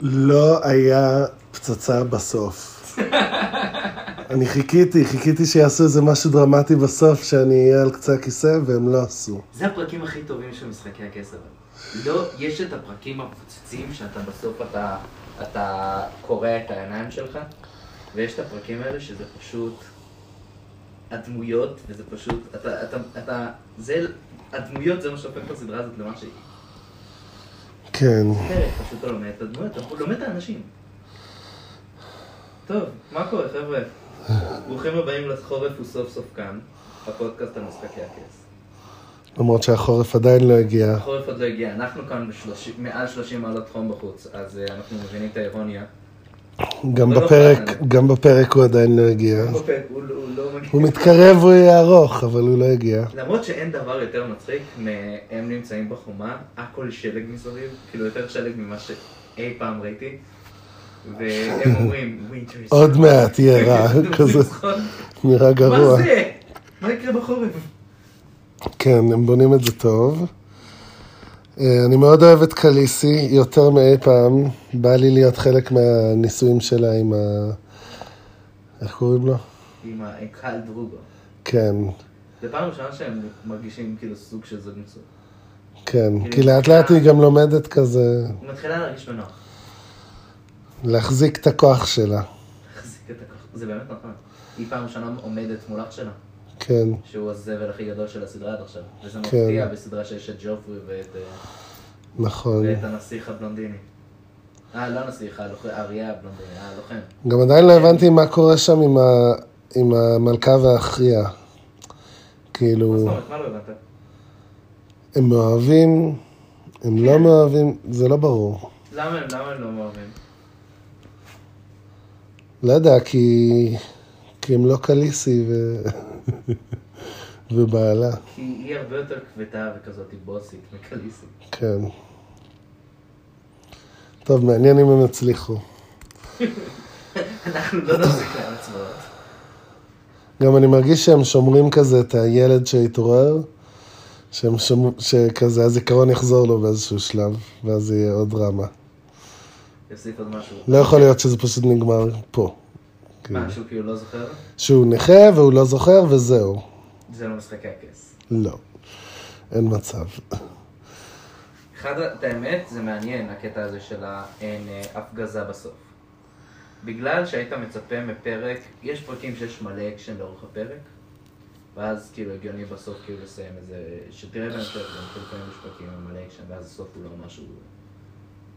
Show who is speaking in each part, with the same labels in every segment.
Speaker 1: לא היה פצצה בסוף. אני חיכיתי, חיכיתי שיעשו איזה משהו דרמטי בסוף, שאני אהיה על קצה הכיסא, והם לא עשו.
Speaker 2: זה הפרקים הכי טובים של משחקי הכס אבל. לא, יש את הפרקים המפוצצים שאתה בסוף אתה, אתה קורע את העיניים שלך, ויש את הפרקים האלה שזה פשוט הדמויות, וזה פשוט, אתה, אתה, אתה, זה, הדמויות זה מה שהופך את הסדרה הזאת למה שהיא.
Speaker 1: כן.
Speaker 2: פרק, פשוט אתה לומד את הדמויות, אתה לומד את האנשים. טוב, מה קורה חבר'ה? ברוכים הבאים לחורף הוא סוף סוף כאן, הפודקאסט על משחקי הכס.
Speaker 1: למרות שהחורף עדיין לא הגיע.
Speaker 2: החורף עוד לא הגיע, אנחנו כאן בשלושים- מעל 30 מעלות חום בחוץ, אז אה, אנחנו מבינים את האירוניה.
Speaker 1: גם
Speaker 2: לא
Speaker 1: בפרק,
Speaker 2: נוכל.
Speaker 1: גם בפרק הוא עדיין לא הגיע.
Speaker 2: אוקיי, הוא לא- הוא לא מגיע.
Speaker 1: הוא מתקרב, הוא יהיה ארוך, אבל הוא לא הגיע.
Speaker 2: למרות שאין דבר יותר מצחיק מהם נמצאים בחומה, הכל שלג מסביב, כאילו יותר שלג ממה שאי פעם ראיתי, והם אומרים, winter is
Speaker 1: עוד
Speaker 2: coming."
Speaker 1: מעט יהיה רע, כזה.
Speaker 2: לצחוק.
Speaker 1: נראה גרוע.
Speaker 2: מה זה? מה יקרה בחורף?
Speaker 1: כן, הם בונים את זה טוב. אה, אני מאוד אוהב את קליסי, יותר מאי פעם. בא לי להיות חלק מהניסויים שלה עם ה... איך קוראים לו?
Speaker 2: עם הקהל דרוגו.
Speaker 1: כן,
Speaker 2: זה פעם ראשונה שהם מרגישים כאילו סוג של זוג נשוי.
Speaker 1: כן. כי לאט לאט היא גם לומדת כזה
Speaker 2: היא מתחילה להרגיש בנוח.
Speaker 1: להחזיק את הכוח שלה.
Speaker 2: תחזיק את הכוח. זה באמת נכון. היא פעם ראשונה עומדת מול אח שלה,
Speaker 1: כן,
Speaker 2: שהוא הזבל הכי גדול של הסדרה עד עכשיו. וזה
Speaker 1: כן.
Speaker 2: מפתיע בסדרה שיש את ג'ופרי ואת... אה,
Speaker 1: נכון.
Speaker 2: ואת הנסיך הבלונדיני. אה, לא הנסיך, הלוח- האריה הבלונדיני, הלוחם.
Speaker 1: גם עדיין לא הבנתי מה קורה שם עם, ה... עם המלכה והאחיה.
Speaker 2: מה זאת
Speaker 1: כאילו,
Speaker 2: אומרת? מה לא הבנת?
Speaker 1: הם מאוהבים, הם לא מאוהבים, זה לא ברור.
Speaker 2: למה הם, למה הם לא מאוהבים?
Speaker 1: לא יודע, כי, כי הם לא קליסי ו... ובעלה,
Speaker 2: כי היא הרבה יותר כבדה וכזאת בוסית מקליסי.
Speaker 1: כן. טוב, מעניין אם הם יצליחו.
Speaker 2: אנחנו לא נפסיק להם הצבעות.
Speaker 1: גם אני מרגיש שהם שומרים כזה את הילד שהתעורר, שהם שומר... שכזה הזיכרון יחזור לו באיזשהו שלב, ואז יהיה עוד דרמה.
Speaker 2: יוסיף עוד משהו.
Speaker 1: לא יכול להיות שזה פשוט נגמר פה. כן.
Speaker 2: מה, שהוא כאילו לא זוכר?
Speaker 1: שהוא נכה והוא לא זוכר וזהו.
Speaker 2: זה לא משחקי הכס.
Speaker 1: לא. אין מצב.
Speaker 2: אחד, ה- את האמת, זה מעניין, הקטע הזה של האין אה, הפגזה בסוף. בגלל שהיית מצפה מפרק, יש פרקים שיש מלא אקשן לאורך הפרק, ואז כאילו הגיוני בסוף כאילו לסיים איזה, שתראה בהם יותר, גם כאילו לפעמים יש פרקים עם מלא אקשן, ואז הסוף הוא לא משהו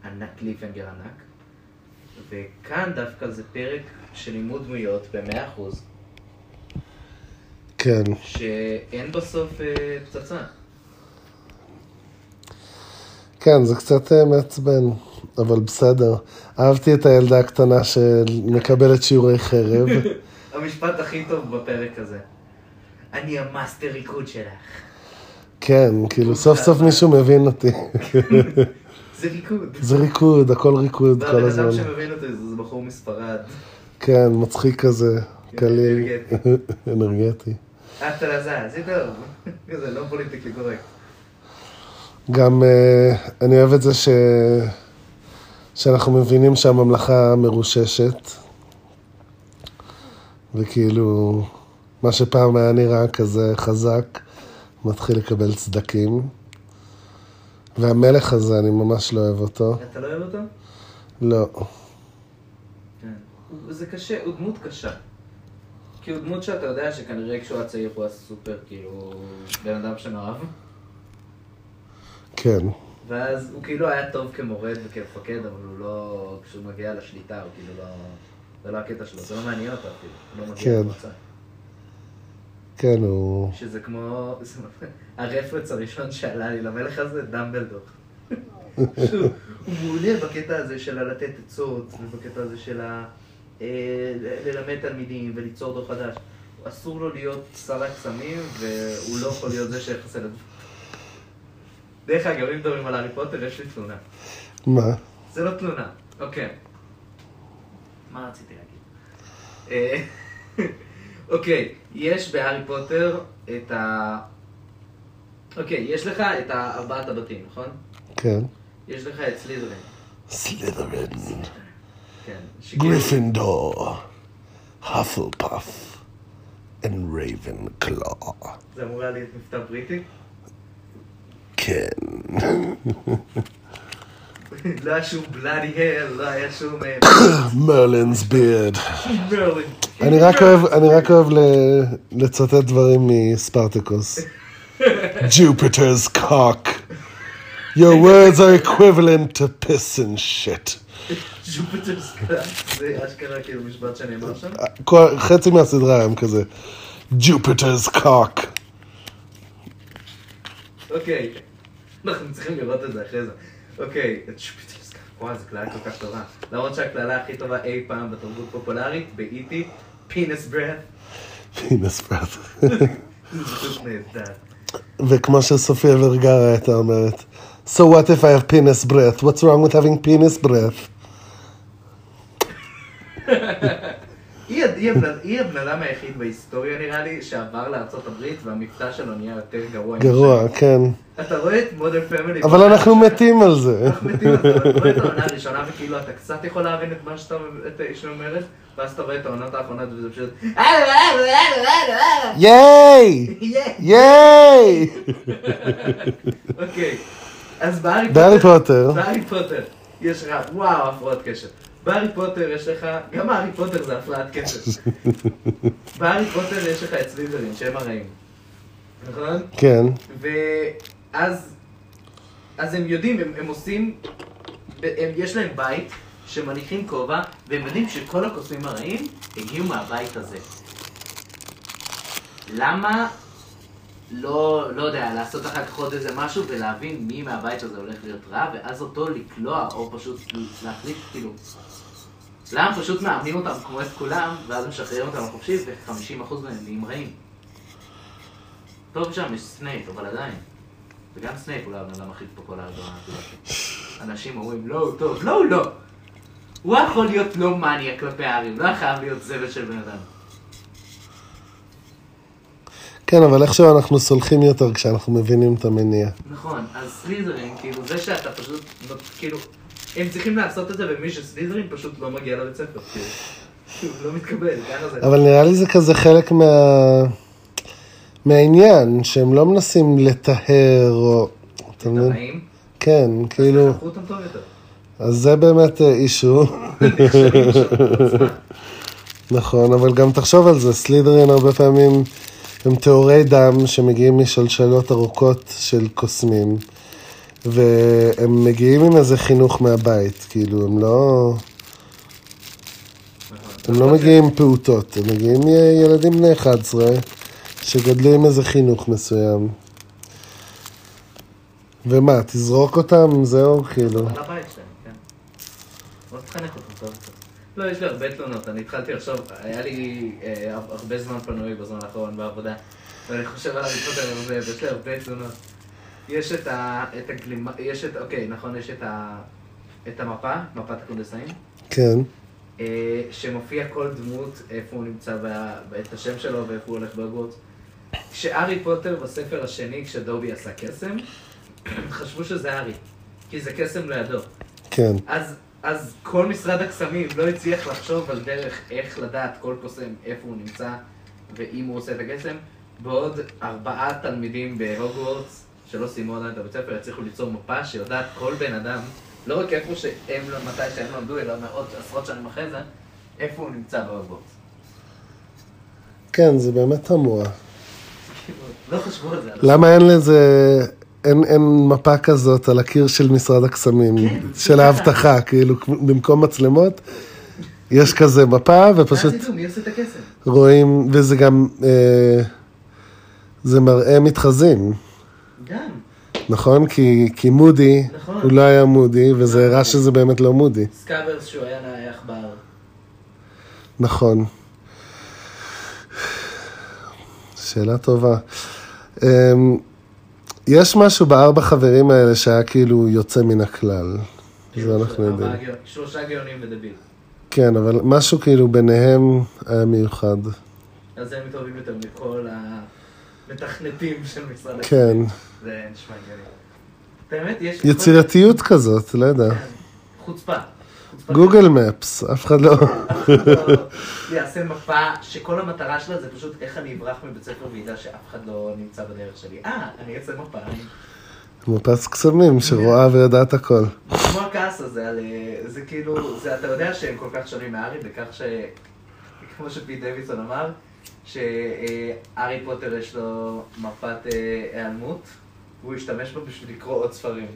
Speaker 2: ענק, קליפהנגר ענק. וכאן דווקא זה פרק של לימוד דמויות במאה אחוז,
Speaker 1: כן.
Speaker 2: שאין בסוף אה, פצצה.
Speaker 1: כן, זה קצת אה, מעצבן, אבל בסדר. אהבתי את הילדה הקטנה שמקבלת שיעורי חרב.
Speaker 2: המשפט הכי טוב בפרק הזה. אני המאסטר ריקוד שלך.
Speaker 1: כן, כאילו סוף סוף מישהו מבין אותי.
Speaker 2: זה ריקוד.
Speaker 1: זה ריקוד, הכל ריקוד כל
Speaker 2: והבן לא, אדם
Speaker 1: הזמן.
Speaker 2: שמבין אותי זה זה בחור מספרד.
Speaker 1: כן, מצחיק כזה, קליל,
Speaker 2: כן, אנרגטי.
Speaker 1: אנרגטי.
Speaker 2: אתה לזה, זה טוב. זה לא פוליטיקלי קורקט.
Speaker 1: גם אה, אני אוהב את זה ש... שאנחנו מבינים שהממלכה מרוששת, וכאילו, מה שפעם היה נראה כזה חזק, מתחיל לקבל סדקים. והמלך הזה, אני ממש לא אוהב אותו.
Speaker 2: אתה לא אוהב אותו?
Speaker 1: לא.
Speaker 2: כן. הוא- זה קשה, הוא דמות קשה. כי הוא דמות שאתה יודע שכנראה כשהוא היה צעיר הוא היה סופר, כאילו, בן אדם שמאוהב.
Speaker 1: כן.
Speaker 2: ואז הוא כאילו היה טוב כמורד וכמפקד, אבל הוא לא... כשהוא מגיע לשליטה, הוא כאילו לא... זה לא הקטע שלו, זה לא מעניין אותו אפילו. הוא לא מגיע
Speaker 1: כן.
Speaker 2: למצב.
Speaker 1: כן, הוא...
Speaker 2: שזה כמו... זה מפ- הרפרנס הראשון שעלה לי למלך הזה, דמבלדור. שהוא הוא מעולה בקטע הזה של הלתת עצות, ובקטע הזה של ה... אה, ל- ללמד תלמידים וליצור דור חדש. אסור לו להיות שר הקסמים, והוא לא יכול להיות זה שיחסל את זה. דרך אגב, אם מדברים על הארי פוטר, יש לי תלונה.
Speaker 1: מה?
Speaker 2: זה לא תלונה, אוקיי. מה רציתי להגיד? אה, אוקיי, יש בהארי פוטר את ה... אוקיי, יש לך את ארבעת הבתים, נכון?
Speaker 1: כן.
Speaker 2: יש לך את סלידרין,
Speaker 1: סלידרן,
Speaker 2: כן. שכאילו-
Speaker 1: גריפינדור, האפל פאף, רייבן קלו.
Speaker 2: זה אמור היה להיות מבטא בריטי?
Speaker 1: כן.
Speaker 2: לא היה שום בלאדי הל, לא היה שום... אה,
Speaker 1: מרלינ's beard.
Speaker 2: מרלין.
Speaker 1: אני רק אוהב, אני רק אוהב ל- לצטט דברים מספרטקוס. Jupiter's cock. Your words are equivalent to piss and shit.
Speaker 2: Jupiter Sky. זה אשכרה כאילו משפט שנאמר שם.
Speaker 1: כל- חצי מהסדרה היום כזה. Jupiter's cock.
Speaker 2: אוקיי. אנחנו צריכים לראות את זה אחרי זה. אוקיי, את Jupiter Sky. וואי, זו קללה כל כך טובה. למרות שהקללה הכי טובה אי פעם בתרבות פופולרית, באיטי, פינס ברד.
Speaker 1: Penis breath.
Speaker 2: זה פשוט נהדר.
Speaker 1: וכמו שסופיה ורגרה הייתה אומרת. So what if I have penis breath? What's wrong with having penis breath?
Speaker 2: היא הד- היא הבן- היא הבן אדם היחיד בהיסטוריה נראה לי שעבר לארצות הברית והמבטא שלו נהיה יותר גרוע. עם
Speaker 1: גרוע, כן.
Speaker 2: השנים. אתה רואה את מודר פמילי.
Speaker 1: אבל אנחנו מתים על זה.
Speaker 2: אנחנו מתים על זה, אתה רואה את העונה הראשונה וכאילו אתה קצת יכול להבין את מה שאתה את האיש אומרת ואז אתה רואה את העונות האחרונות וזה פשוט אה,
Speaker 1: ייי!
Speaker 2: ייי!
Speaker 1: ייי!
Speaker 2: אוקיי אז בהארי
Speaker 1: בהארי פוטר.
Speaker 2: בהארי פוטר יש לך וואו הפרעות קשב בהארי פוטר יש לך גם הארי פוטר זה הפרעת קשב בהארי פוטר יש לך את סליזרין שהם הרעים נכון?
Speaker 1: כן.
Speaker 2: ואז אז הם יודעים, הם, הם עושים, הם, יש להם בית שמניחים כובע, והם יודעים שכל הקוסמים הרעים הגיעו מהבית הזה. למה לא, לא יודע, לעשות אחר כך עוד איזה משהו ולהבין מי מהבית הזה הולך להיות רע, ואז אותו לקלוע, או פשוט להחליט, כאילו... למה הם פשוט מאמנים אותם כמו את כולם, ואז משחררים אותם לחופשי, ו-50% מהם נהיים רעים. טוב שם יש סנייפ, אבל עדיין. וגם סנייפ אולי הבן אדם הכי פופולרי בעונה הזאת. אנשים אומרים, לא, הוא טוב. לא, הוא לא. הוא היה יכול להיות לא מניאק כלפי הארים, לא היה חייב להיות זבל של בן אדם.
Speaker 1: כן, אבל איכשהו אנחנו סולחים יותר כשאנחנו מבינים את המניע.
Speaker 2: נכון, אז סליזרין, כאילו, זה שאתה פשוט, נות- כאילו, הם צריכים לעשות את זה, ומי שסליזרין פשוט לא מגיע לבית ספר, כאילו. כאילו, לא מתקבל, ככה זה.
Speaker 1: אבל נראה לי זה כזה חלק מה... מהעניין, שהם לא מנסים לטהר או... אתה
Speaker 2: את
Speaker 1: מבין?
Speaker 2: הרעים,
Speaker 1: כן, כאילו,
Speaker 2: חכו אותם טוב יותר.
Speaker 1: אז זה באמת אה, אישו,
Speaker 2: נכשלים שם בעצמם.
Speaker 1: נכון, אבל גם תחשוב על זה, סלידרין הרבה פעמים הם טהורי דם שמגיעים משלשלות ארוכות של קוסמים, והם מגיעים עם איזה חינוך מהבית, כאילו, הם לא...
Speaker 2: נכון.
Speaker 1: הם לא מגיעים פעוטות, הם מגיעים י- ילדים בני 11 שגדלו עם איזה חינוך מסוים. ומה, תזרוק אותם? זהו, כאילו.
Speaker 2: על הבית שלהם, כן. לא תחנך אותם טוב טוב. לא, יש לי הרבה תלונות, אני התחלתי לחשוב, היה לי אה, הרבה זמן פנוי בזמן האחרון בעבודה, ואני חושב על הריצות האלה, ויש לי הרבה תלונות. יש את ה... את הגלימה... יש את... אוקיי, נכון, יש את ה... את המפה, מפת הקונדסאים,
Speaker 1: כן,
Speaker 2: אה, שמופיע כל דמות, איפה הוא נמצא, ב- את השם שלו ואיפה הוא הולך בהוגוורטס. כשארי פוטר בספר השני, כשדובי עשה קסם, חשבו שזה ארי, כי זה קסם לידו.
Speaker 1: כן.
Speaker 2: אז, אז כל משרד הקסמים לא הצליח לחשוב על דרך איך לדעת כל קוסם איפה הוא נמצא ואם הוא עושה את הקסם, בעוד ארבעה תלמידים בהוגוורטס שלא סיימו עדיין את הבית ספר הצליחו ליצור מפה שיודעת כל בן אדם, לא רק איפה שהם, מתי שהם לא למדו, אלא מאות, עשרות שנים אחרי זה, איפה הוא נמצא בהוגוורטס.
Speaker 1: כן, זה באמת תמוה.
Speaker 2: כאילו, לא חשבו על זה. אז-
Speaker 1: למה אין לזה... אין, אין מפה כזאת על הקיר של משרד הקסמים, של האבטחה, כאילו, כמו- במקום מצלמות, יש כזה מפה ופשוט...
Speaker 2: ואז ידעו מי עושה את הקסם.
Speaker 1: רואים, וזה גם, אה, זה מראה מתחזים,
Speaker 2: גם.
Speaker 1: נכון? כי, כי מודי,
Speaker 2: נכון.
Speaker 1: הוא לא היה מודי, וזה הראה שזה באמת לא מודי,
Speaker 2: סקאברס שהוא היה נערך בהר.
Speaker 1: נכון. שאלה טובה. אה, יש משהו בארבע חברים האלה שהיה כאילו יוצא מן הכלל, זה אנחנו
Speaker 2: ארבעה
Speaker 1: יודעים.
Speaker 2: גאו- שלושה גאונים ודביל.
Speaker 1: כן, אבל משהו כאילו ביניהם היה מיוחד.
Speaker 2: אז הם טובים יותר מכל המתכנתים של משרד הקליטה.
Speaker 1: כן,
Speaker 2: זה נשמע הגיוני. את האמת, יש...
Speaker 1: יצירתיות כזאת, לא יודע.
Speaker 2: כן. חוצפה. חוצפה.
Speaker 1: גוגל מפס, אף אחד לא...
Speaker 2: יעשה מפה שכל המטרה שלה זה פשוט איך אני אברח מבית ספר וידע שאף אחד לא נמצא בדרך שלי. אה, אני אעשה מפה. אני-
Speaker 1: מפס קסמים שרואה ויודעת הכל.
Speaker 2: כמו הכעס הזה על... אה, זה כאילו, זה, אתה יודע שהם כל כך שונים מהארי בכך ש... כמו שפי דיווידסון אמר, שהארי פוטר יש לו מפת אה, היעלמות, והוא השתמש בה בשביל לקרוא עוד ספרים.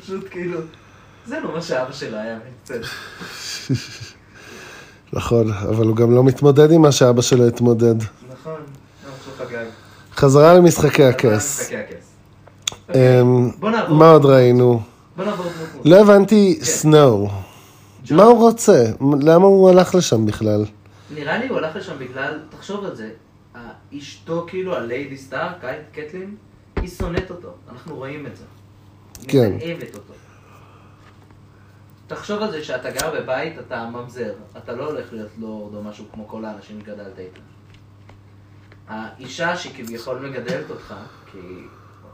Speaker 2: פשוט כאילו, זה לא מה שאבא שלו היה מקצת.
Speaker 1: נכון, אבל הוא גם לא מתמודד עם מה שאבא שלו התמודד.
Speaker 2: נכון, לא חשוב חגג.
Speaker 1: חזרה למשחקי
Speaker 2: אבל
Speaker 1: הכס.
Speaker 2: משחקי הכס.
Speaker 1: אמ,
Speaker 2: בוא נעבור.
Speaker 1: מה עוד ראינו?
Speaker 2: בוא נעבור דמות.
Speaker 1: לא הבנתי, סנואו.
Speaker 2: ג'ון.
Speaker 1: מה הוא רוצה? למה הוא הלך לשם בכלל?
Speaker 2: נראה לי הוא הלך לשם בגלל, תחשוב על זה, ה- אשתו כאילו, הליידי סטארק, קייט קטלין, היא שונאת אותו, אנחנו רואים את זה.
Speaker 1: כן.
Speaker 2: היא מתעבת אותו. תחשוב על זה שאתה גר בבית, אתה ממזר, אתה לא הולך להיות לורד או משהו כמו כל האנשים שגדלת איתם. האישה שכביכול מגדלת אותך, כי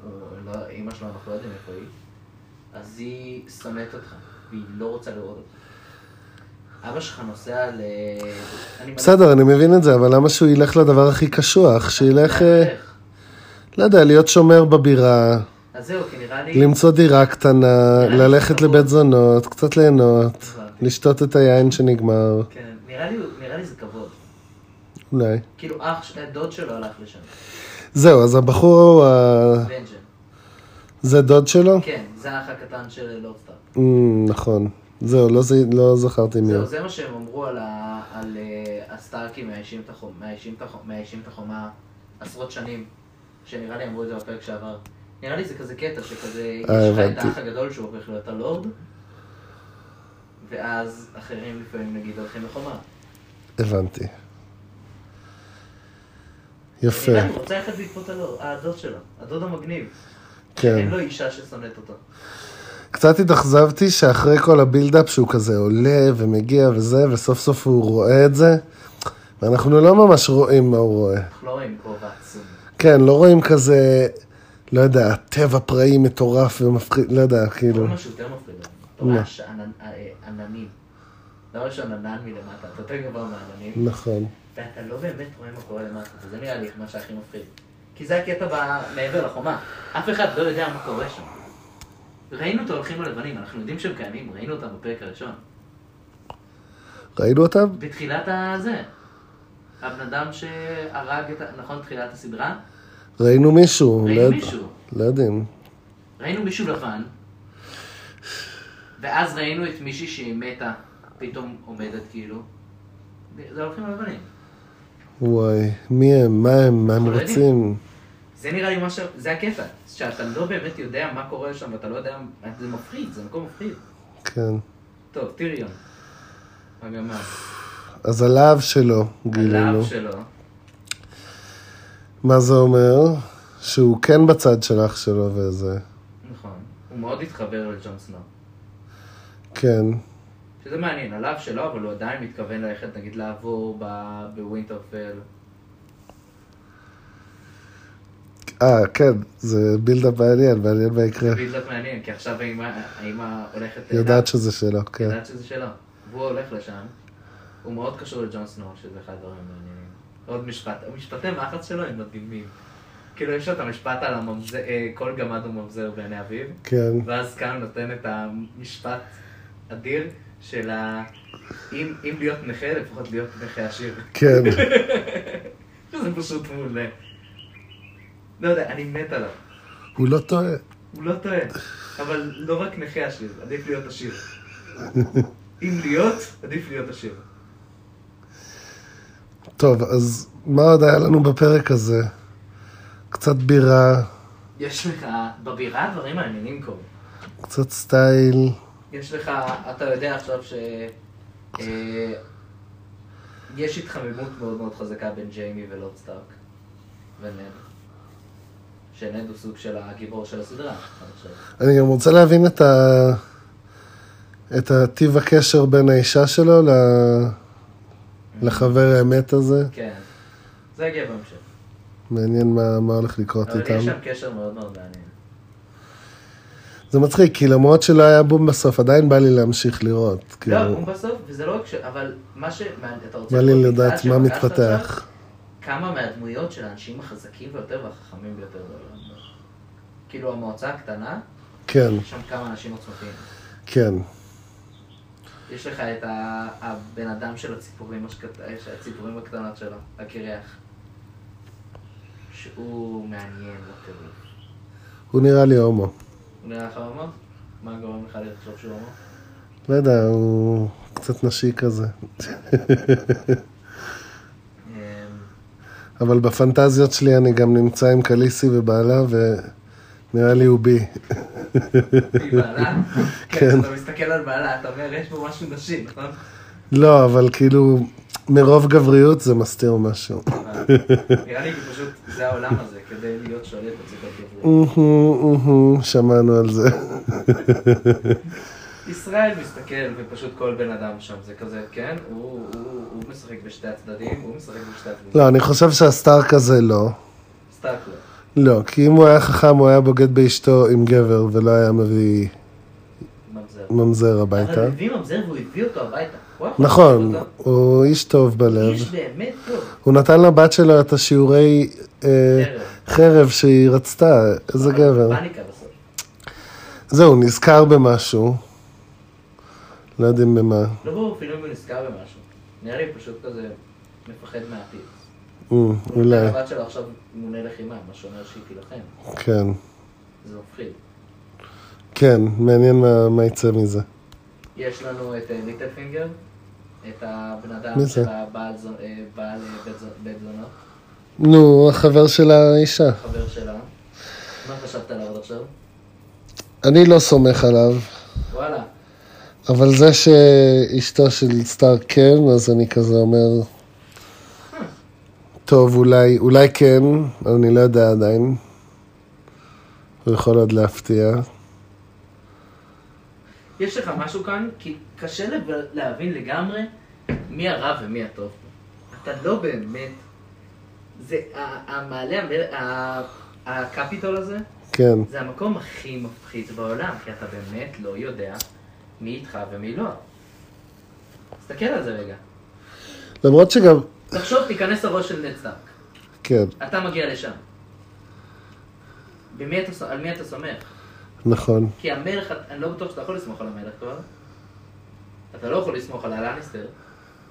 Speaker 2: הוא- לא- אימא שלו אנחנו לא יודעים איפה היא, אז היא שונאת אותך, והיא לא רוצה לראות אותך. אבא שלך נוסע ל... אני מניח-
Speaker 1: בסדר, אני מבין את זה, אבל למה שהוא ילך לדבר הכי קשוח? שילך, אה, לא יודע, להיות שומר בבירה,
Speaker 2: אז זהו, כי נראה לי...
Speaker 1: למצוא דירה קטנה,
Speaker 2: נראה לי
Speaker 1: ללכת
Speaker 2: סבבה.
Speaker 1: לבית זונות, קצת ליהנות,
Speaker 2: הבנתי.
Speaker 1: לשתות את היין שנגמר,
Speaker 2: כן, נראה לי, נראה לי זה כבוד.
Speaker 1: אולי.
Speaker 2: כאילו אח, ש- דוד שלו הלך לשם,
Speaker 1: אה. זהו, אז הבחור, ה-
Speaker 2: בנג'ן.
Speaker 1: זה דוד שלו?
Speaker 2: כן, זה האח הקטן של אה, לורדסטארק.
Speaker 1: אמ, נכון. זהו, לא ז- לא זכרתי מי
Speaker 2: זהו,
Speaker 1: הוא.
Speaker 2: זה מה שהם אמרו על, ה, על אה, הסטארקים מאיישים את החומה, מאיישים את החומה, מאיישים את החומה עשרות שנים, שנראה לי אמרו את זה בפרק שעבר. נראה לי זה כזה קטע, שכזה, יש
Speaker 1: אה,
Speaker 2: לך את
Speaker 1: הבנתי.
Speaker 2: האח הגדול שהוא הופך להיות הלורד, ואז אחרים לפעמים נגיד הולכים לחומה.
Speaker 1: הבנתי. יפה,
Speaker 2: נראה לי הוא רוצה ללכת בעקבות הלורד, הדוד שלו, הדוד המגניב.
Speaker 1: כן.
Speaker 2: אין לו אישה ששונאת אותו.
Speaker 1: קצת התאכזבתי שאחרי כל הבילדאפ שהוא כזה עולה ומגיע וזה, וסוף סוף הוא רואה את זה, ואנחנו לא ממש רואים מה הוא רואה.
Speaker 2: אנחנו לא רואים כובע עצום.
Speaker 1: כן, לא רואים כזה, לא יודע, טבע פראי מטורף ומפחיד, לא יודע, כאילו.
Speaker 2: כל משהו יותר מפחיד אותנו. אתה רואה שענן- אה, עננים. דבר ראשון, ענן מלמטה, אתה יותר גבוה מהעננים,
Speaker 1: נכון.
Speaker 2: ואתה לא באמת רואה מה קורה למטה, וזה נראה לי מה שהכי מפחיד. כי זה הקטע ב- מעבר לחומה. אף אחד לא יודע מה קורה שם. ראינו את ההולכים הלבנים, אנחנו יודעים שהם קיימים, ראינו אותם בפרק הראשון.
Speaker 1: ראינו אותם?
Speaker 2: בתחילת הזה. הבן אדם שהרג את, ה- נכון, תחילת הסדרה?
Speaker 1: ראינו מישהו.
Speaker 2: ראינו
Speaker 1: לא-
Speaker 2: מישהו.
Speaker 1: לא יודעים.
Speaker 2: ראינו מישהו לבן, ואז ראינו את מישהי שהיא מתה, פתאום עומדת כאילו. זה הולכים לבנים.
Speaker 1: וואי, מי הם? מה הם? מה הם
Speaker 2: אנחנו לא
Speaker 1: רוצים?
Speaker 2: זה נראה לי מה ש... זה הקטע, שאתה לא באמת יודע מה קורה שם, ואתה לא יודע... זה מפחיד, זה מקום מפחיד.
Speaker 1: כן.
Speaker 2: טוב, טיריון. הגמל.
Speaker 1: אז הלאו שלו, גילינו.
Speaker 2: הלאו שלו.
Speaker 1: מה זה אומר? שהוא כן בצד של אח שלו וזה.
Speaker 2: נכון. הוא מאוד התחבר לג'ון סנואו.
Speaker 1: כן.
Speaker 2: שזה מעניין, הלאו שלו, אבל הוא עדיין מתכוון ללכת, נגיד, לעבור ב- בווינטרפל.
Speaker 1: אה, כן, זה בילדאפ מעניין, מעניין מה יקרה.
Speaker 2: תמיד זאת מעניין, כי עכשיו האמא- האמא הולכת...
Speaker 1: יודעת שזה שלו, כן.
Speaker 2: יודעת שזה שלו. והוא הולך לשם, הוא מאוד קשור לג'ון סנואו, שזה אחד הדברים המעניינים. עוד משפט, משפטי מחץ שלו הם מדהימים. כאילו, יש לו את המשפט על הממזר, אה, כל גמד הוא ממזר בעיני אביו,
Speaker 1: כן.
Speaker 2: ואז כאן נותן את המשפט אדיר של ה... אם, אם להיות נכה, לפחות להיות נכה עשיר.
Speaker 1: כן.
Speaker 2: זה פשוט מעולה. לא יודע, אני מת עליו.
Speaker 1: הוא לא טועה.
Speaker 2: הוא לא טועה, אבל לא רק נכה עשיר, עדיף להיות עשיר. אם להיות, עדיף להיות עשיר.
Speaker 1: טוב, אז מה עוד היה לנו בפרק הזה? קצת בירה,
Speaker 2: יש לך, בבירה הדברים מעניינים קורים.
Speaker 1: קצת סטייל.
Speaker 2: יש לך, אתה יודע עכשיו ש... אה, יש התחממות מאוד מאוד חזקה בין ג'יימי ולורד סטארק ונד. שנד הוא סוג של הגיבור של הסדרה, אני חושב.
Speaker 1: אני גם רוצה להבין את ה... את הטיב הקשר בין האישה שלו ל... לחבר האמת הזה.
Speaker 2: כן. זה יגיע בהמשך.
Speaker 1: מעניין מה, מה הולך לקרות
Speaker 2: אבל יש
Speaker 1: איתם.
Speaker 2: שם קשר מאוד מאוד מעניין.
Speaker 1: זה מצחיק, כי למרות שלא היה בום בסוף, עדיין בא לי להמשיך לראות.
Speaker 2: לא,
Speaker 1: כאילו,
Speaker 2: הוא בסוף, וזה לא רק ש... אבל מה ש... מה- אתה רוצה...
Speaker 1: בא לי
Speaker 2: לראות
Speaker 1: לדעת
Speaker 2: לא בגלל
Speaker 1: לא מה
Speaker 2: שפגשת עכשיו,
Speaker 1: מתפתח.
Speaker 2: כמה מהדמויות של האנשים החזקים ביותר והחכמים ביותר בעולם. כאילו המועצה הקטנה,
Speaker 1: כן,
Speaker 2: יש שם כמה אנשים עוצמתיים.
Speaker 1: כן.
Speaker 2: יש לך את ה- הבן אדם של הציפורים, השקט- של הציפורים הקטנות שלו, הקרח. שהוא מעניין בטירוף.
Speaker 1: הוא נראה לי הומו.
Speaker 2: הוא נראה לך הומו? מה גורם לך לחשוב שהוא הומו?
Speaker 1: לא יודע, הוא קצת נשי כזה.
Speaker 2: אמ,
Speaker 1: אבל בפנטזיות שלי אני גם נמצא עם קליסי ובעלה, ונראה לי הוא בי.
Speaker 2: היא בעלה?
Speaker 1: כן.
Speaker 2: כן. אתה מסתכל על בעלה, אתה אומר, יש פה משהו נשי, נכון?
Speaker 1: לא, אבל כאילו, מרוב גבריות זה מסתיר משהו.
Speaker 2: נראה לי כי פשוט זה העולם הזה, כדי להיות שולט בצד הגברי.
Speaker 1: אוהו, אוהו, שמענו על זה.
Speaker 2: ישראל מסתכל, ופשוט כל בן אדם שם זה כזה, כן, הוא- הוא הוא משחק בשתי הצדדים, הוא משחק בשתי הצדדים.
Speaker 1: לא, אני חושב שהסטארק הזה לא.
Speaker 2: סטארק לא.
Speaker 1: לא, כי אם הוא היה חכם, הוא היה בוגד באשתו עם גבר, ולא היה מביא
Speaker 2: ממזר.
Speaker 1: ממזר הביתה.
Speaker 2: אבל הוא הביא ממזר והוא הביא אותו הביתה. הוא היה יכול
Speaker 1: נכון,
Speaker 2: לעשות אותו.
Speaker 1: הוא איש טוב בלב.
Speaker 2: איש באמת טוב.
Speaker 1: הוא נתן לבת שלו את השיעורי אה, חרב שהיא רצתה, איזה
Speaker 2: אבל
Speaker 1: גבר.
Speaker 2: פאניקה בסוף.
Speaker 1: זהו, נזכר במשהו. לא יודעים במה.
Speaker 2: לא ברור אפילו אם הוא נזכר במשהו. נראה לי פשוט כזה מפחד מהעתיד.
Speaker 1: אה, אולי,
Speaker 2: הבת שלו עכשיו מונה לחימה, מה שאומר שהיא תילחם.
Speaker 1: כן.
Speaker 2: זה מפחיד.
Speaker 1: כן, מעניין מה- מה יצא מזה.
Speaker 2: יש לנו את אה, ליטל פינגר, את הבן
Speaker 1: מי
Speaker 2: אדם
Speaker 1: זה?
Speaker 2: של הבעל זו- אה, בעל, אה, בית זו- בית זונות,
Speaker 1: נו, החבר של האישה.
Speaker 2: חבר שלה. מה חשבת עליו עד עכשיו?
Speaker 1: אני לא סומך עליו,
Speaker 2: וואלה,
Speaker 1: אבל זה שאשתו של סטארק כן, אז אני כזה אומר, טוב, אולי, אולי כן, אני לא יודע עדיין. הוא יכול עוד להפתיע.
Speaker 2: יש לך משהו כאן, כי קשה לב- להבין לגמרי מי הרע ומי הטוב. אתה לא באמת... זה ה- המעלה, המל- ה- הקפיטול הזה,
Speaker 1: כן,
Speaker 2: זה המקום הכי מפחיד בעולם, כי אתה באמת לא יודע מי איתך ומי לא. תסתכל על זה רגע.
Speaker 1: למרות שגם,
Speaker 2: תחשוב, תיכנס לראש של נד סטארק.
Speaker 1: כן,
Speaker 2: אתה מגיע לשם. במי אתה, ס- על מי אתה סומך?
Speaker 1: נכון,
Speaker 2: כי המלך, אני לא בטוח שאתה יכול לסמוך על המלך כבר. אתה לא יכול לסמוך על הלניסטר.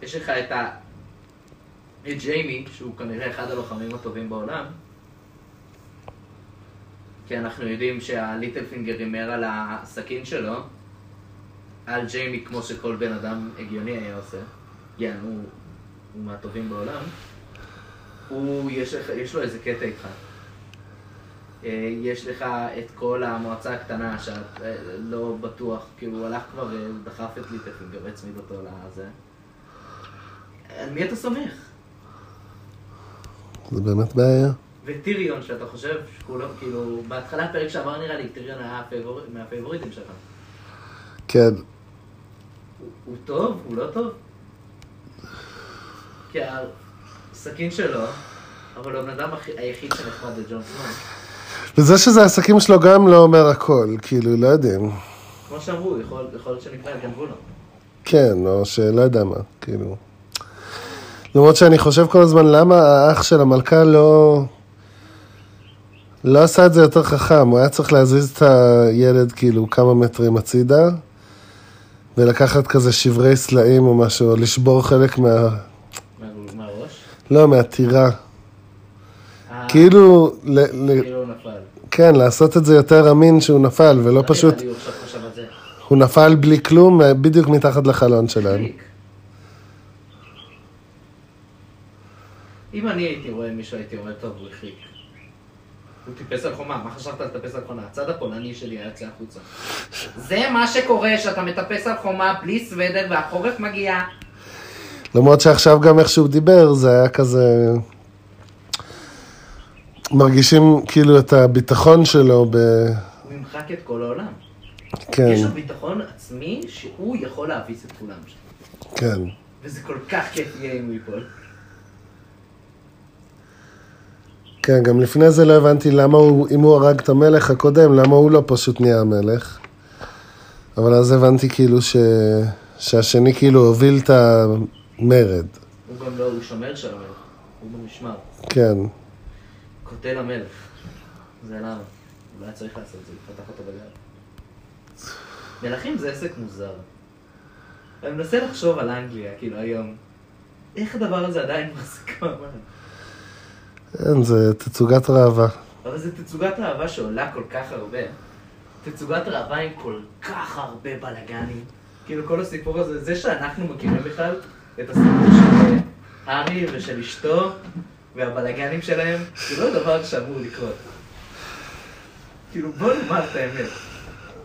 Speaker 2: יש לך את ה... את ג'יימי, שהוא כנראה אחד הלוחמים הטובים בעולם. כי אנחנו יודעים שהליטל פינגר הימר על הסכין שלו, על ג'יימי כמו שכל בן אדם הגיוני היה עושה. יענו, הוא, הוא מהטובים בעולם. הוא, יש, לך, יש לו איזה קטע איתך. אה, יש לך את כל המועצה הקטנה שאת אה, לא בטוח, כאילו הוא הלך כבר ודחף את ליטל פינגר והצמיד אותו לזה. על מי אתה סומך?
Speaker 1: זה באמת בעיה.
Speaker 2: וטיריון שאתה חושב שכולו, כאילו, בהתחלה הפרק שעבר נראה לי, טיריון היה הפייבור... מהפייבוריטים שלך.
Speaker 1: כן,
Speaker 2: הוא, הוא טוב? הוא לא טוב? כי הסכין שלו, אבל הוא הבן אדם הכי- היחיד שנחמד לג'ון סנואן.
Speaker 1: וזה שזה העסקים שלו גם לא אומר הכל, כאילו, לא יודעים.
Speaker 2: כמו שאמרו, יכול יכול להיות שנקרא, גנבו לו.
Speaker 1: כן, או שלא יודע מה, כאילו. למרות שאני חושב כל הזמן, למה האח של המלכה לא... לא עשה את זה יותר חכם, הוא היה צריך להזיז את הילד כאילו כמה מטרים הצידה, ולקחת כזה שברי סלעים או משהו, או לשבור חלק מה...
Speaker 2: מה- מהראש.
Speaker 1: לא, מהטירה.
Speaker 2: אה,
Speaker 1: כאילו, ל... ל...
Speaker 2: כאילו הוא נפל.
Speaker 1: כן, לעשות את זה יותר אמין שהוא נפל, ולא לא פשוט,
Speaker 2: אני עכשיו חושב על זה.
Speaker 1: הוא נפל בלי כלום, אה, בדיוק מתחת לחלון שלהם.
Speaker 2: קליק. אם אני הייתי רואה מישהו, הייתי אומר, טוב, הוא החליק. הוא טיפס על חומה, מה חשבת על לטפס על חומה? הצד הפולני שלי היה יוצא החוצה. זה מה שקורה, שאתה מטפס על חומה בלי סוודר והחורף מגיע.
Speaker 1: למרות שעכשיו גם איך שהוא דיבר, זה היה כזה... מרגישים כאילו את הביטחון שלו ב...
Speaker 2: הוא ימחק את כל העולם.
Speaker 1: כן,
Speaker 2: יש לו ביטחון עצמי שהוא יכול להביס את כולם שם.
Speaker 1: כן.
Speaker 2: וזה כל כך כיף יהיה אם הוא ייפול.
Speaker 1: כן, גם לפני זה לא הבנתי למה הוא, אם הוא הרג את המלך הקודם, למה הוא לא פשוט נהיה המלך. אבל אז הבנתי כאילו ש... שהשני כאילו הוביל את המרד.
Speaker 2: הוא גם לא, הוא שומר של המלך, הוא במשמר.
Speaker 1: כן,
Speaker 2: קוטל המלך. זה למה. הוא לא היה צריך לעשות את זה, הוא פתח אותו בגלל. מלכים זה עסק מוזר. אני מנסה לחשוב על אנגליה, כאילו, היום. איך הדבר הזה עדיין מחזיק מעמד?
Speaker 1: אין, זה תצוגת ראווה.
Speaker 2: אבל זו תצוגת אהבה שעולה כל כך הרבה. תצוגת ראווה עם כל כך הרבה בלאגנים. כאילו כל הסיפור הזה, זה שאנחנו מכירים בכלל את הסיפור של אה, הארי ושל אשתו והבלאגנים שלהם, זה לא דבר שאמור לקרות. כאילו בוא נאמר את האמת.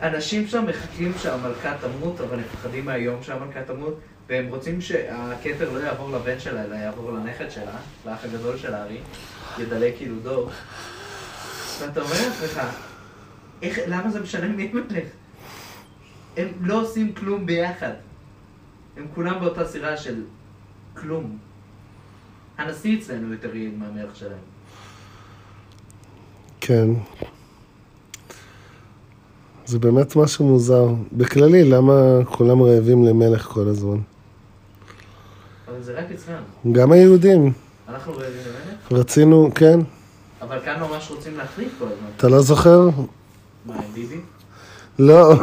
Speaker 2: אנשים שם מחכים שהמלכה תמות, אבל הם מפחדים מהיום שהמלכה תמות, והם רוצים שהכתר לא יעבור לבן שלה, אלא יעבור לנכד שלה, לאח הגדול של הארי, ידלה כאילו דור. ואתה אומר לעצמך, איך, למה זה משנה מי מלך? הם לא עושים כלום ביחד. הם כולם באותה סירה של כלום. הנשיא אצלנו יותר יעיל מהמלך שלהם.
Speaker 1: כן. זה באמת משהו מוזר. בכללי, למה כולם רעבים למלך כל הזמן?
Speaker 2: אבל זה רק אצלנו.
Speaker 1: גם היהודים.
Speaker 2: אנחנו רעבים למלך,
Speaker 1: רצינו, כן.
Speaker 2: אבל כאן ממש רוצים להחליף כל הזמן.
Speaker 1: אתה לא זוכר?
Speaker 2: מה, עם ביבי?
Speaker 1: לא.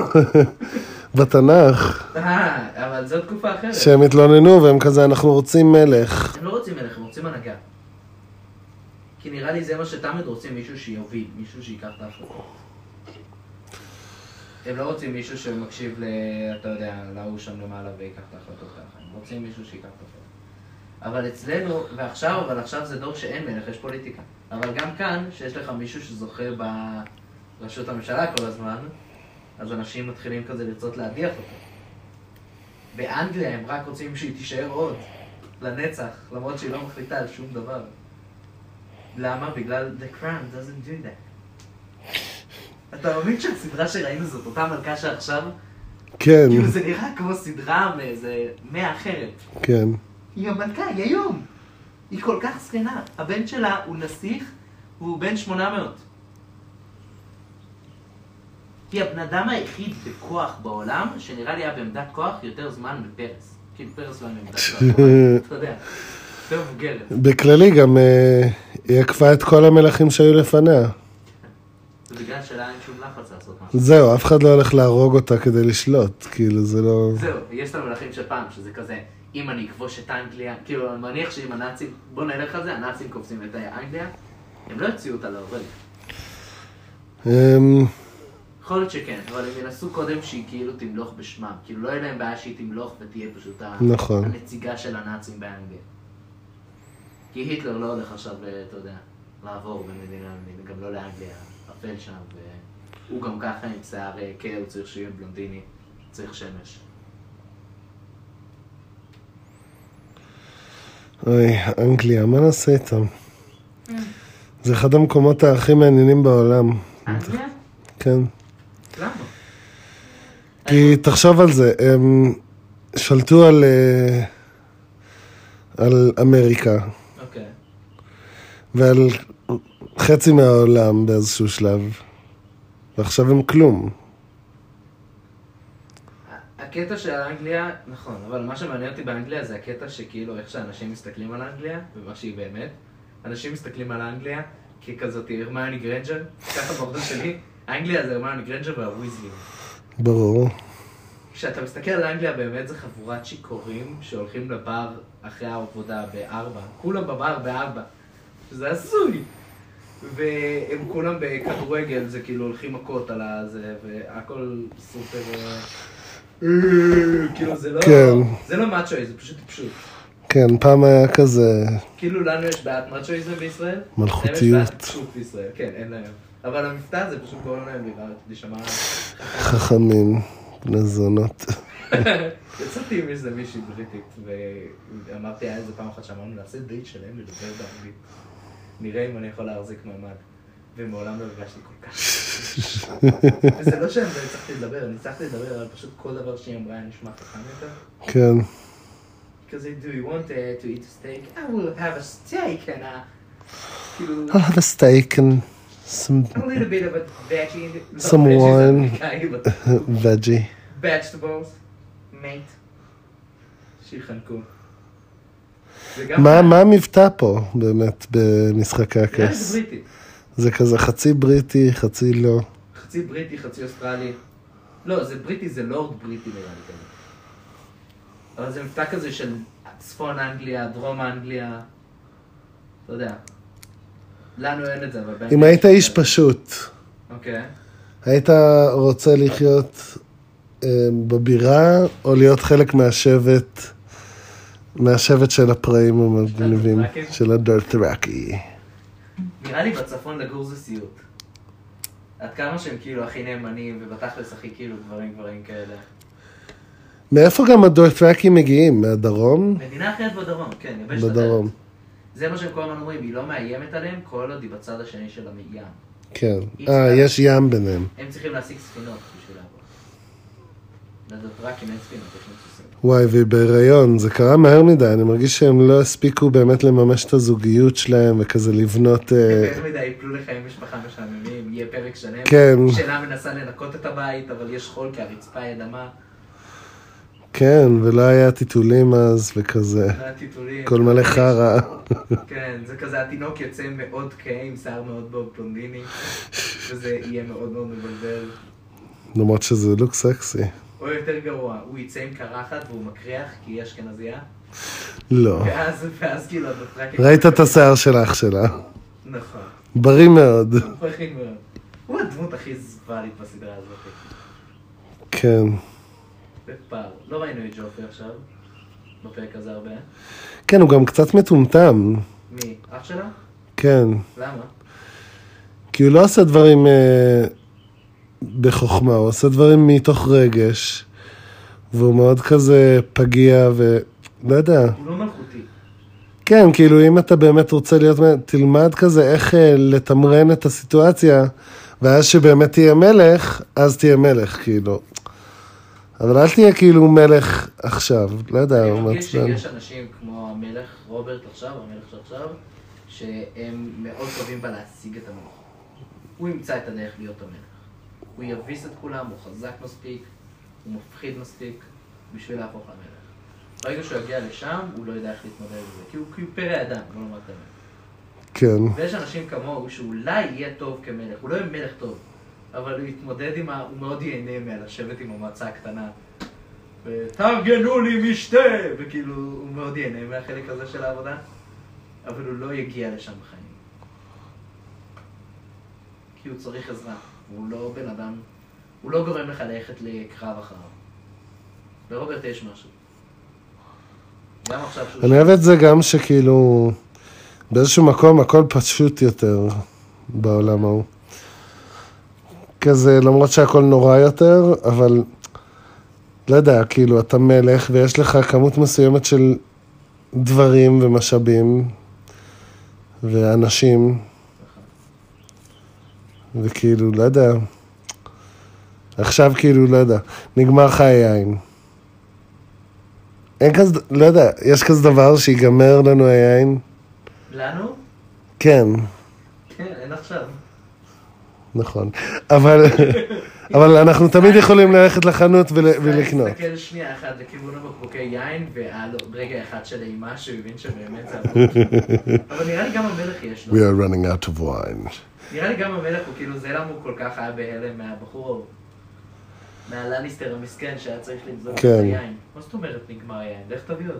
Speaker 1: בתנ"ך,
Speaker 2: אה, אבל זו תקופה אחרת.
Speaker 1: שהם התלוננו והם כזה, אנחנו רוצים מלך.
Speaker 2: הם לא רוצים מלך, הם רוצים הנהגה. כי נראה לי זה מה שתמיד רוצים, מישהו שיוביל, מישהו שייקח את ההחלטות. הם לא רוצים מישהו שמקשיב ל... אתה יודע, להוא שם למעלה ויקח את ההחלטות ככה. הם רוצים מישהו שייקח את ההחלטות. אבל אצלנו, ועכשיו, אבל עכשיו זה דור שאין מלך, יש פוליטיקה. אבל גם כאן, שיש לך מישהו שזוכה בראשות הממשלה כל הזמן, אז אנשים מתחילים כזה לרצות להדיח אותו. באנגליה הם רק רוצים שהיא תישאר עוד, לנצח, למרות שהיא לא מחליטה על שום דבר. למה? בגלל The Crown doesn't do that. אתה מבין שהסדרה שראינו זאת אותה מלכה שעכשיו?
Speaker 1: כן,
Speaker 2: כאילו זה נראה כמו סדרה מאיזה מאה אחרת.
Speaker 1: כן.
Speaker 2: היא המלכה, היא היום. היא כל כך זקנה. הבן שלה הוא נסיך, והוא בן 800. היא הבן אדם היחיד בכוח בעולם, שנראה לי היה בעמדת כוח יותר זמן מפרס. כאילו פרס לא היה בעמדת כוח, אבל אתה יודע. יותר מבוגרת.
Speaker 1: בכללי גם אה, היא עקפה את כל המלכים שהיו לפניה.
Speaker 2: זה בגלל שלה אין שום לחץ לעשות משהו.
Speaker 1: זהו, אף אחד לא הולך להרוג אותה כדי לשלוט, כאילו זה לא...
Speaker 2: זהו, יש את המלכים של פעם, שזה כזה, אם אני אכבוש את אנגליה, כאילו, אני מניח שאם הנאצים, בוא נלך על זה, הנאצים כובשים את אנגליה, הם לא יוציאו אותה להורג.
Speaker 1: אמ,
Speaker 2: יכול להיות שכן, אבל הם ינסו קודם שהיא כאילו תמלוך בשמם. כאילו, לא יהיה להם בעיה שהיא תמלוך ותהיה פשוט ה-
Speaker 1: נכון.
Speaker 2: הנציגה של הנאצים באנגליה. כי היטלר לא הולך עכשיו, אה, אתה יודע, לעבור במדינה למדינה, גם לא לאנגליה, אפל שם, והוא גם ככה עם שיער אה, כהה, הוא צריך שיהיה בלונדיני, צריך שמש.
Speaker 1: אוי, אנגליה, מה נעשה איתם? זה אחד המקומות הכי מעניינים בעולם,
Speaker 2: אנגליה?
Speaker 1: כן.
Speaker 2: למה?
Speaker 1: כי תחשוב על זה, הם שלטו על, אה, על אמריקה
Speaker 2: אוקיי.
Speaker 1: ועל חצי מהעולם באיזשהו שלב, ועכשיו הם כלום.
Speaker 2: הקטע של אנגליה, נכון, אבל מה שמעניין אותי באנגליה זה הקטע שכאילו איך שאנשים מסתכלים על אנגליה, ומה שהיא באמת. אנשים מסתכלים על אנגליה ככזאת הרמיוני גרנג'ר, ככה בעבודה שלי, אנגליה זה הרמיוני גרנג'ר והוויזלים.
Speaker 1: ברור.
Speaker 2: כשאתה מסתכל על אנגליה באמת זה חבורת שיכורים שהולכים לבר אחרי העבודה בארבע. כולם בבר בארבע. שזה הזוי. והם כולם בכדורגל, זה כאילו הולכים מכות על הזה, והכל סופר... אה, כאילו זה לא...
Speaker 1: כן.
Speaker 2: זה לא מאצ'ואי, זה פשוט טיפשות.
Speaker 1: כן, פעם היה כזה,
Speaker 2: כאילו לנו יש בעיית מאצ'ואיזם בישראל, להם יש
Speaker 1: מלכותיות.
Speaker 2: בעיית טיפשות בישראל, כן, אין להם. אבל המבטא הזה פשוט גורם להם להירא- להישמע...
Speaker 1: חכמים, בני זונות.
Speaker 2: יצאתי עם איזה מישהי בריטית, ואמרתי, היה איזה פעם אחת שאמרנו, נעשה דייט שלם לדבר באנגלית. נראה אם אני יכול להחזיק מעמד. ומעולם לא הרגשתי כל כך. וזה לא שאני לא הצלחתי לדבר, אני הצלחתי לדבר, אבל פשוט כל דבר שהיא אמרה היה נשמע חכם יותר.
Speaker 1: כן,
Speaker 2: כזה, do you want uh, to eat a steak? I will have a steak and a... to
Speaker 1: I'll have a steak and some
Speaker 2: a little bit of a veggie. not
Speaker 1: Some
Speaker 2: veggies,
Speaker 1: wine.
Speaker 2: okay, but
Speaker 1: veggie.
Speaker 2: vegetables, mate. שיחנקו. וגם-
Speaker 1: מה, מה המבטא פה באמת במשחקי
Speaker 2: נראה לי
Speaker 1: הכס?
Speaker 2: זה בריטי.
Speaker 1: זה כזה חצי בריטי, חצי לא.
Speaker 2: חצי בריטי, חצי אוסטרלי. לא, זה בריטי, זה לורד בריטי נראה לי כזה. אבל זה מבטא כזה של צפון אנגליה, דרום אנגליה, אתה יודע. לנו אין את זה, אבל...
Speaker 1: אם
Speaker 2: באנגליה
Speaker 1: היית
Speaker 2: יש
Speaker 1: איש
Speaker 2: את זה.
Speaker 1: פשוט,
Speaker 2: אוקיי.
Speaker 1: היית רוצה לחיות אה, בבירה או להיות חלק מהשבט, מהשבט של הפראים המגניבים,
Speaker 2: הדרת'ראקים?
Speaker 1: של הדרת'ראקי.
Speaker 2: נראה לי בצפון לגור זה סיוט. עד כמה שהם כאילו הכי נאמנים, ובתכלס הכי כאילו גברים גברים כאלה.
Speaker 1: מאיפה גם הדרת'ראקים מגיעים? מהדרום?
Speaker 2: מדינה אחרת בדרום, כן, יבשת אחרת.
Speaker 1: בדרום,
Speaker 2: זה מה שהם כל הזמן אומרים, היא לא מאיימת עליהם כל עוד היא בצד השני של הים.
Speaker 1: כן.
Speaker 2: אי
Speaker 1: אה,
Speaker 2: אפשר.
Speaker 1: יש ים ביניהם.
Speaker 2: הם צריכים להשיג ספינות בשביל לעבור. לדוטרקים אין ספינות, יש להם סוסים.
Speaker 1: וואי, והיא בהיריון, זה קרה מהר מדי, אני מרגיש שהם לא הספיקו באמת לממש את הזוגיות שלהם וכזה לבנות... אה,
Speaker 2: יותר מדי יפלו לחיים משפחה משעממים, יהיה פרק שלם.
Speaker 1: כן.
Speaker 2: שלה מנסה לנקות את הבית, אבל יש חול כי הרצפה היא אדמה,
Speaker 1: כן, ולא היה טיטולים אז וכזה.
Speaker 2: והטיטולים.
Speaker 1: כל מלא חרא.
Speaker 2: כן, זה כזה, התינוק יוצא מאוד כהה עם שיער מאוד מאוד בלונדיני, וזה יהיה מאוד מאוד מבלבל.
Speaker 1: למרות שזה לוק סקסי.
Speaker 2: או יותר גרוע, הוא יצא עם קרחת והוא מקריח כי היא אשכנזייה,
Speaker 1: לא.
Speaker 2: ואז, ואז כאילו הדוטרקים...
Speaker 1: ראית את השיער של אח שלה.
Speaker 2: נכון.
Speaker 1: בריא מאוד.
Speaker 2: מפחיד מאוד. הוא הדמות הכי זוואלית בסדרה הזאת.
Speaker 1: כן.
Speaker 2: בפער. לא ראינו את ג'ופי עכשיו, בפרק הזה הרבה.
Speaker 1: כן, הוא גם קצת מטומטם.
Speaker 2: מי? אח שלה?
Speaker 1: כן.
Speaker 2: למה?
Speaker 1: כי הוא לא עושה דברים אה, בחוכמה, הוא עושה דברים מתוך רגש. והוא מאוד כזה פגיע ו... לא יודע.
Speaker 2: הוא לא מלכותי.
Speaker 1: כן, כאילו אם אתה באמת רוצה להיות, מ- תלמד כזה איך אה, לתמרן את הסיטואציה, ואז שבאמת תהיה מלך, אז תהיה מלך, כאילו. אבל אל תהיה כאילו מלך עכשיו, לא יודע,
Speaker 2: אני
Speaker 1: הוא
Speaker 2: מרגיש
Speaker 1: מעצבן.
Speaker 2: שיש אנשים כמו המלך רוברט עכשיו, המלך שעכשיו, שהם מאוד טובים בלהשיג את המלך. הוא ימצא את הדרך להיות המלך. הוא יביס את כולם, הוא חזק מספיק, הוא מפחיד מספיק, בשביל להפוך למלך. ברגע שהוא יגיע לשם, הוא לא ידע איך להתמודד עם זה, כי הוא כי הוא פרא אדם, לא בוא נאמר את האמת.
Speaker 1: כן,
Speaker 2: ויש אנשים כמוהו שאולי יהיה טוב כמלך, הוא לא יהיה מלך טוב, אבל הוא יתמודד עם ה... הוא מאוד ייהנה מלשבת עם המועצה הקטנה. ותארגנו לי משתה! וכאילו, הוא מאוד ייהנה מהחלק הזה של העבודה, אבל הוא לא יגיע לשם בחיים. כי הוא צריך עזרה, הוא לא בן אדם, הוא לא גורם לך ללכת לקרב אחריו. לרוברט יש משהו. גם עכשיו שהוא...
Speaker 1: אני אוהב את זה גם שכאילו, באיזשהו מקום הכל פשוט יותר בעולם ההוא. כזה, למרות שהכל נורא יותר, אבל לא יודע, כאילו, אתה מלך ויש לך כמות מסוימת של דברים ומשאבים ואנשים, וכאילו, לא יודע. עכשיו כאילו, לא יודע, נגמר לך היין. אין כזה, לא יודע, יש כזה דבר שיגמר לנו היין?
Speaker 2: לנו?
Speaker 1: כן,
Speaker 2: כן, אין עכשיו.
Speaker 1: נכון. אבל, אבל אנחנו תמיד יכולים ללכת לחנות ול,
Speaker 2: כן,
Speaker 1: ולקנות.
Speaker 2: אתה מסתכל שנייה אחת לכיוון הבקבוקי יין, ועל עוד רגע אחד של אימה שהוא הבין שבאמת זה עבור. אבל נראה לי גם המלך יש לו.
Speaker 1: are running out of wine.
Speaker 2: נראה לי גם המלך הוא כאילו, זה למה הוא כל כך היה בהלם מהבחור ההוא. מהלניסטר המסכן שהיה צריך למזוג את
Speaker 1: כן.
Speaker 2: היין. מה זאת אומרת נגמר היין? לך תביא עוד.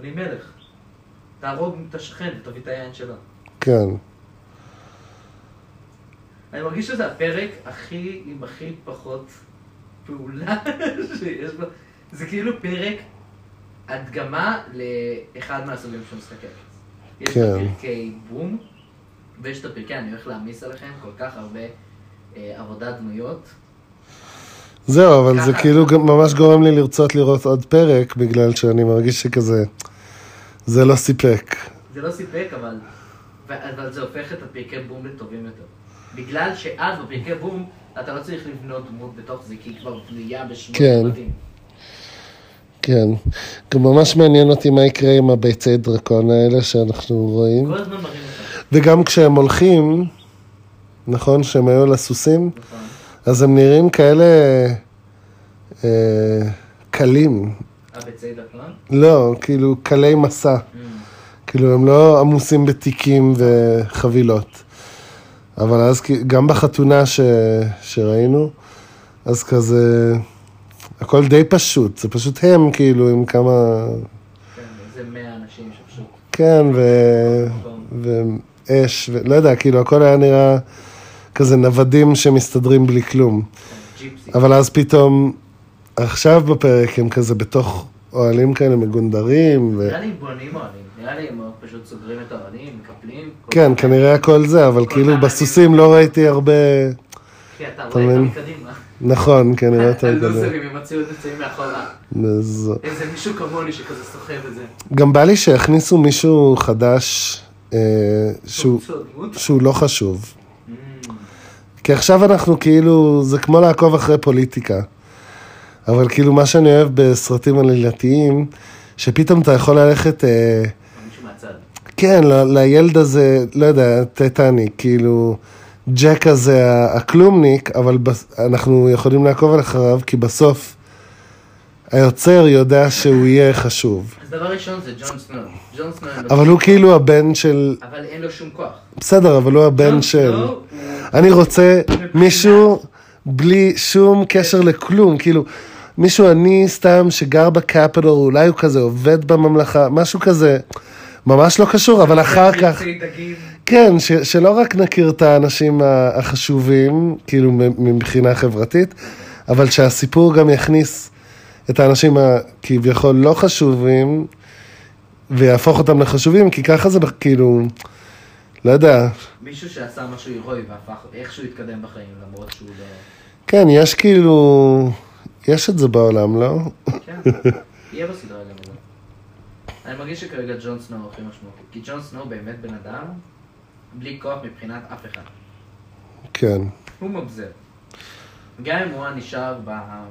Speaker 2: אני מלך. תהרוג את השכן ותביא את היין שלו.
Speaker 1: כן,
Speaker 2: אני מרגיש שזה הפרק הכי, עם הכי פחות פעולה שיש בו. זה כאילו פרק הדגמה לאחד מהסוגים של משחקי הכס. יש את
Speaker 1: כן.
Speaker 2: הפרקי בום, ויש את הפרקי אני הולך להעמיס עליכם כל כך הרבה אה, עבודת דמויות.
Speaker 1: זהו, אבל זה
Speaker 2: ככה.
Speaker 1: כאילו גם ממש גורם לי לרצות לראות עוד פרק, בגלל שאני מרגיש שכזה, זה לא סיפק.
Speaker 2: זה לא סיפק, אבל, ו- אבל זה הופך את הפרקי בום לטובים יותר. בגלל שאז בפרקי בום אתה לא צריך לבנות דמות בתוך זה, כי היא כבר בנויה בשמונה
Speaker 1: כן.
Speaker 2: פרטים.
Speaker 1: כן, גם ממש מעניין אותי מה יקרה עם הביצי דרקון האלה שאנחנו רואים.
Speaker 2: כל הזמן מראים אותך.
Speaker 1: וגם כשהם הולכים, נכון, שהם היו על הסוסים,
Speaker 2: נכון.
Speaker 1: אז הם נראים כאלה אה, קלים.
Speaker 2: הביצי דפלן?
Speaker 1: לא, כאילו, קלי מסע.
Speaker 2: כן,
Speaker 1: כאילו, הם לא עמוסים בתיקים וחבילות. אבל אז, כי- גם בחתונה ש... שראינו, אז כזה, הכל די פשוט. זה פשוט הם, כאילו, עם כמה...
Speaker 2: כן, זה 100 אנשים שפשוט...
Speaker 1: כן, ו... ואש, ולא יודע, כאילו, הכל היה נראה כזה נוודים שמסתדרים בלי כלום.
Speaker 2: כן, ג'יפסי.
Speaker 1: אבל אז פתאום, עכשיו בפרק הם כזה בתוך אוהלים כאלה מגונדרים, ו...
Speaker 2: נראה לי בונים אוהלים, נראה לי הם פשוט סוגרים את האוהלים, מקפלים. כל
Speaker 1: כן,
Speaker 2: מיני-
Speaker 1: כנראה הכל זה, אבל
Speaker 2: כל
Speaker 1: כאילו
Speaker 2: האוהלים.
Speaker 1: בסוסים לא ראיתי הרבה...
Speaker 2: כי אתה
Speaker 1: אתה
Speaker 2: רואה
Speaker 1: מבין?
Speaker 2: גם קדימה.
Speaker 1: נכון, כנראה אתה יודע.
Speaker 2: הלוזרים עם הציוד נמצאים מאחורה.
Speaker 1: אז...
Speaker 2: איזה מישהו כמוני שכזה סוחב את זה.
Speaker 1: גם בא לי שיכניסו מישהו חדש אה, שהוא,
Speaker 2: שהוא דמות?
Speaker 1: שהוא לא חשוב.
Speaker 2: Mm,
Speaker 1: כי עכשיו אנחנו כאילו, זה כמו לעקוב אחרי פוליטיקה. אבל כאילו מה שאני אוהב בסרטים עלילתיים, שפתאום אתה יכול ללכת, אה,
Speaker 2: מישהו מהצד.
Speaker 1: כן, ל- לילד הזה, לא יודע, טטניק, כאילו, ג'ק הזה ה- הכלומניק, אבל בס- אנחנו יכולים לעקוב אחריו, כי בסוף היוצר יודע שהוא יהיה חשוב.
Speaker 2: אז דבר ראשון זה ג'ון סנואו. ג'ון סנואו אין לו...
Speaker 1: אבל הוא כאילו הבן של,
Speaker 2: אבל אין לו שום כוח.
Speaker 1: בסדר, אבל הוא הבן
Speaker 2: ג'ון
Speaker 1: של.
Speaker 2: סנואו הוא-
Speaker 1: אני רוצה מישהו בלי שום קשר לכלום, כאילו, מישהו עני סתם שגר בקפיטול, אולי הוא כזה עובד בממלכה, משהו כזה, ממש לא קשור, אבל אחר כך,
Speaker 2: ביצי דגים.
Speaker 1: כן, ש, שלא רק נכיר את האנשים ה- החשובים, כאילו מ- מבחינה חברתית, אבל שהסיפור גם יכניס את האנשים הכביכול לא חשובים, ויהפוך אותם לחשובים, כי ככה זה בכ- כאילו, לא יודע,
Speaker 2: מישהו שעשה משהו הירואי והפך, איכשהו התקדם בחיים למרות שהוא לא...
Speaker 1: כן, יש כאילו, יש את זה בעולם, לא?
Speaker 2: כן, יהיה בסדרה גם הזאת. אני מרגיש שכרגע ג'ון סנואו הכי משמעותי, כי ג'ון סנואו באמת בן אדם בלי כוח מבחינת אף אחד.
Speaker 1: כן,
Speaker 2: הוא מבזר. גם אם הוא היה נשאר ב-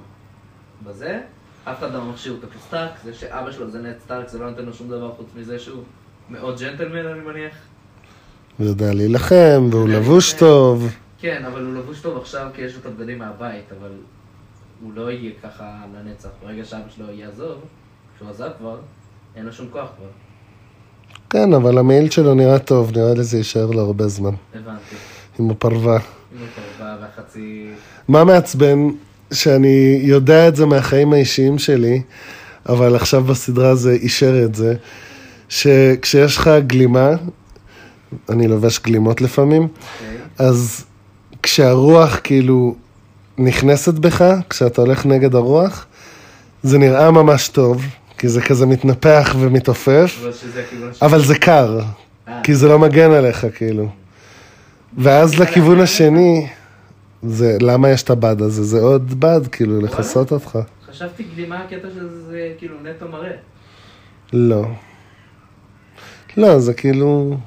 Speaker 2: בזה, אף אחד לא מכשיר אותו כסטארק, זה שאבא שלו זה נט סטארק, זה לא נותן לו שום דבר חוץ מזה שהוא מאוד ג'נטלמן אני מניח.
Speaker 1: הוא יודע להילחם, והוא לבוש טוב,
Speaker 2: כן, אבל הוא לבוש טוב עכשיו כי יש לו את הבגדים מהבית, אבל הוא לא יהיה ככה לנצח. ברגע שאבא שלו יעזוב, כשהוא עזב כבר, אין לו שום כוח כבר.
Speaker 1: כן, אבל המעיל שלו נראה טוב, נראה לי זה יישאר לו הרבה זמן,
Speaker 2: הבנתי.
Speaker 1: עם הפרווה.
Speaker 2: עם הקרבה והחצי...
Speaker 1: מה מעצבן? שאני יודע את זה מהחיים האישיים שלי, אבל עכשיו בסדרה זה אישר את זה, שכשיש לך גלימה, אני לובש גלימות לפעמים,
Speaker 2: אוקיי.
Speaker 1: אז כשהרוח כאילו נכנסת בך, כשאתה הולך נגד הרוח, זה נראה ממש טוב, כי זה כזה מתנפח ומתעופף,
Speaker 2: אבל שזה כאילו...
Speaker 1: אבל זה קר,
Speaker 2: אה,
Speaker 1: כי זה לא מגן עליך כאילו. ואז לכיוון השני, זה למה יש את הבד הזה? זה עוד בד, כאילו, לכסות אותך.
Speaker 2: חשבתי גלימה הקטע שזה זה כאילו נטו מראה.
Speaker 1: לא. לא, זה כאילו,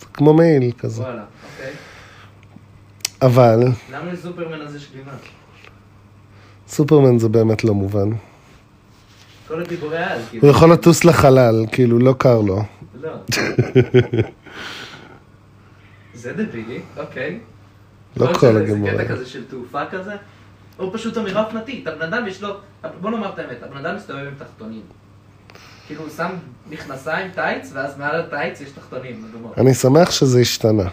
Speaker 1: זה כמו מעיל כזה.
Speaker 2: וואלה, אוקיי.
Speaker 1: אבל,
Speaker 2: למה לסופרמן אז יש גלימה?
Speaker 1: סופרמן זה באמת לא מובן.
Speaker 2: כל הגיבורי על, כאילו.
Speaker 1: הוא יכול לטוס לחלל, כאילו, לא קר לו.
Speaker 2: לא. זה דבילי, אוקיי.
Speaker 1: לא
Speaker 2: יכול
Speaker 1: כל
Speaker 2: להיות שזה
Speaker 1: הגיבורים.
Speaker 2: איזה קטע כזה של תעופה כזה, או פשוט אמירה אופנתית. הבן אדם יש לו, בוא נאמר את האמת, הבן אדם מסתובב עם תחתונים. כאילו הוא שם מכנסיים, טייץ, ואז מעל הטייץ יש תחתונים, אדומות.
Speaker 1: אני שמח שזה השתנה.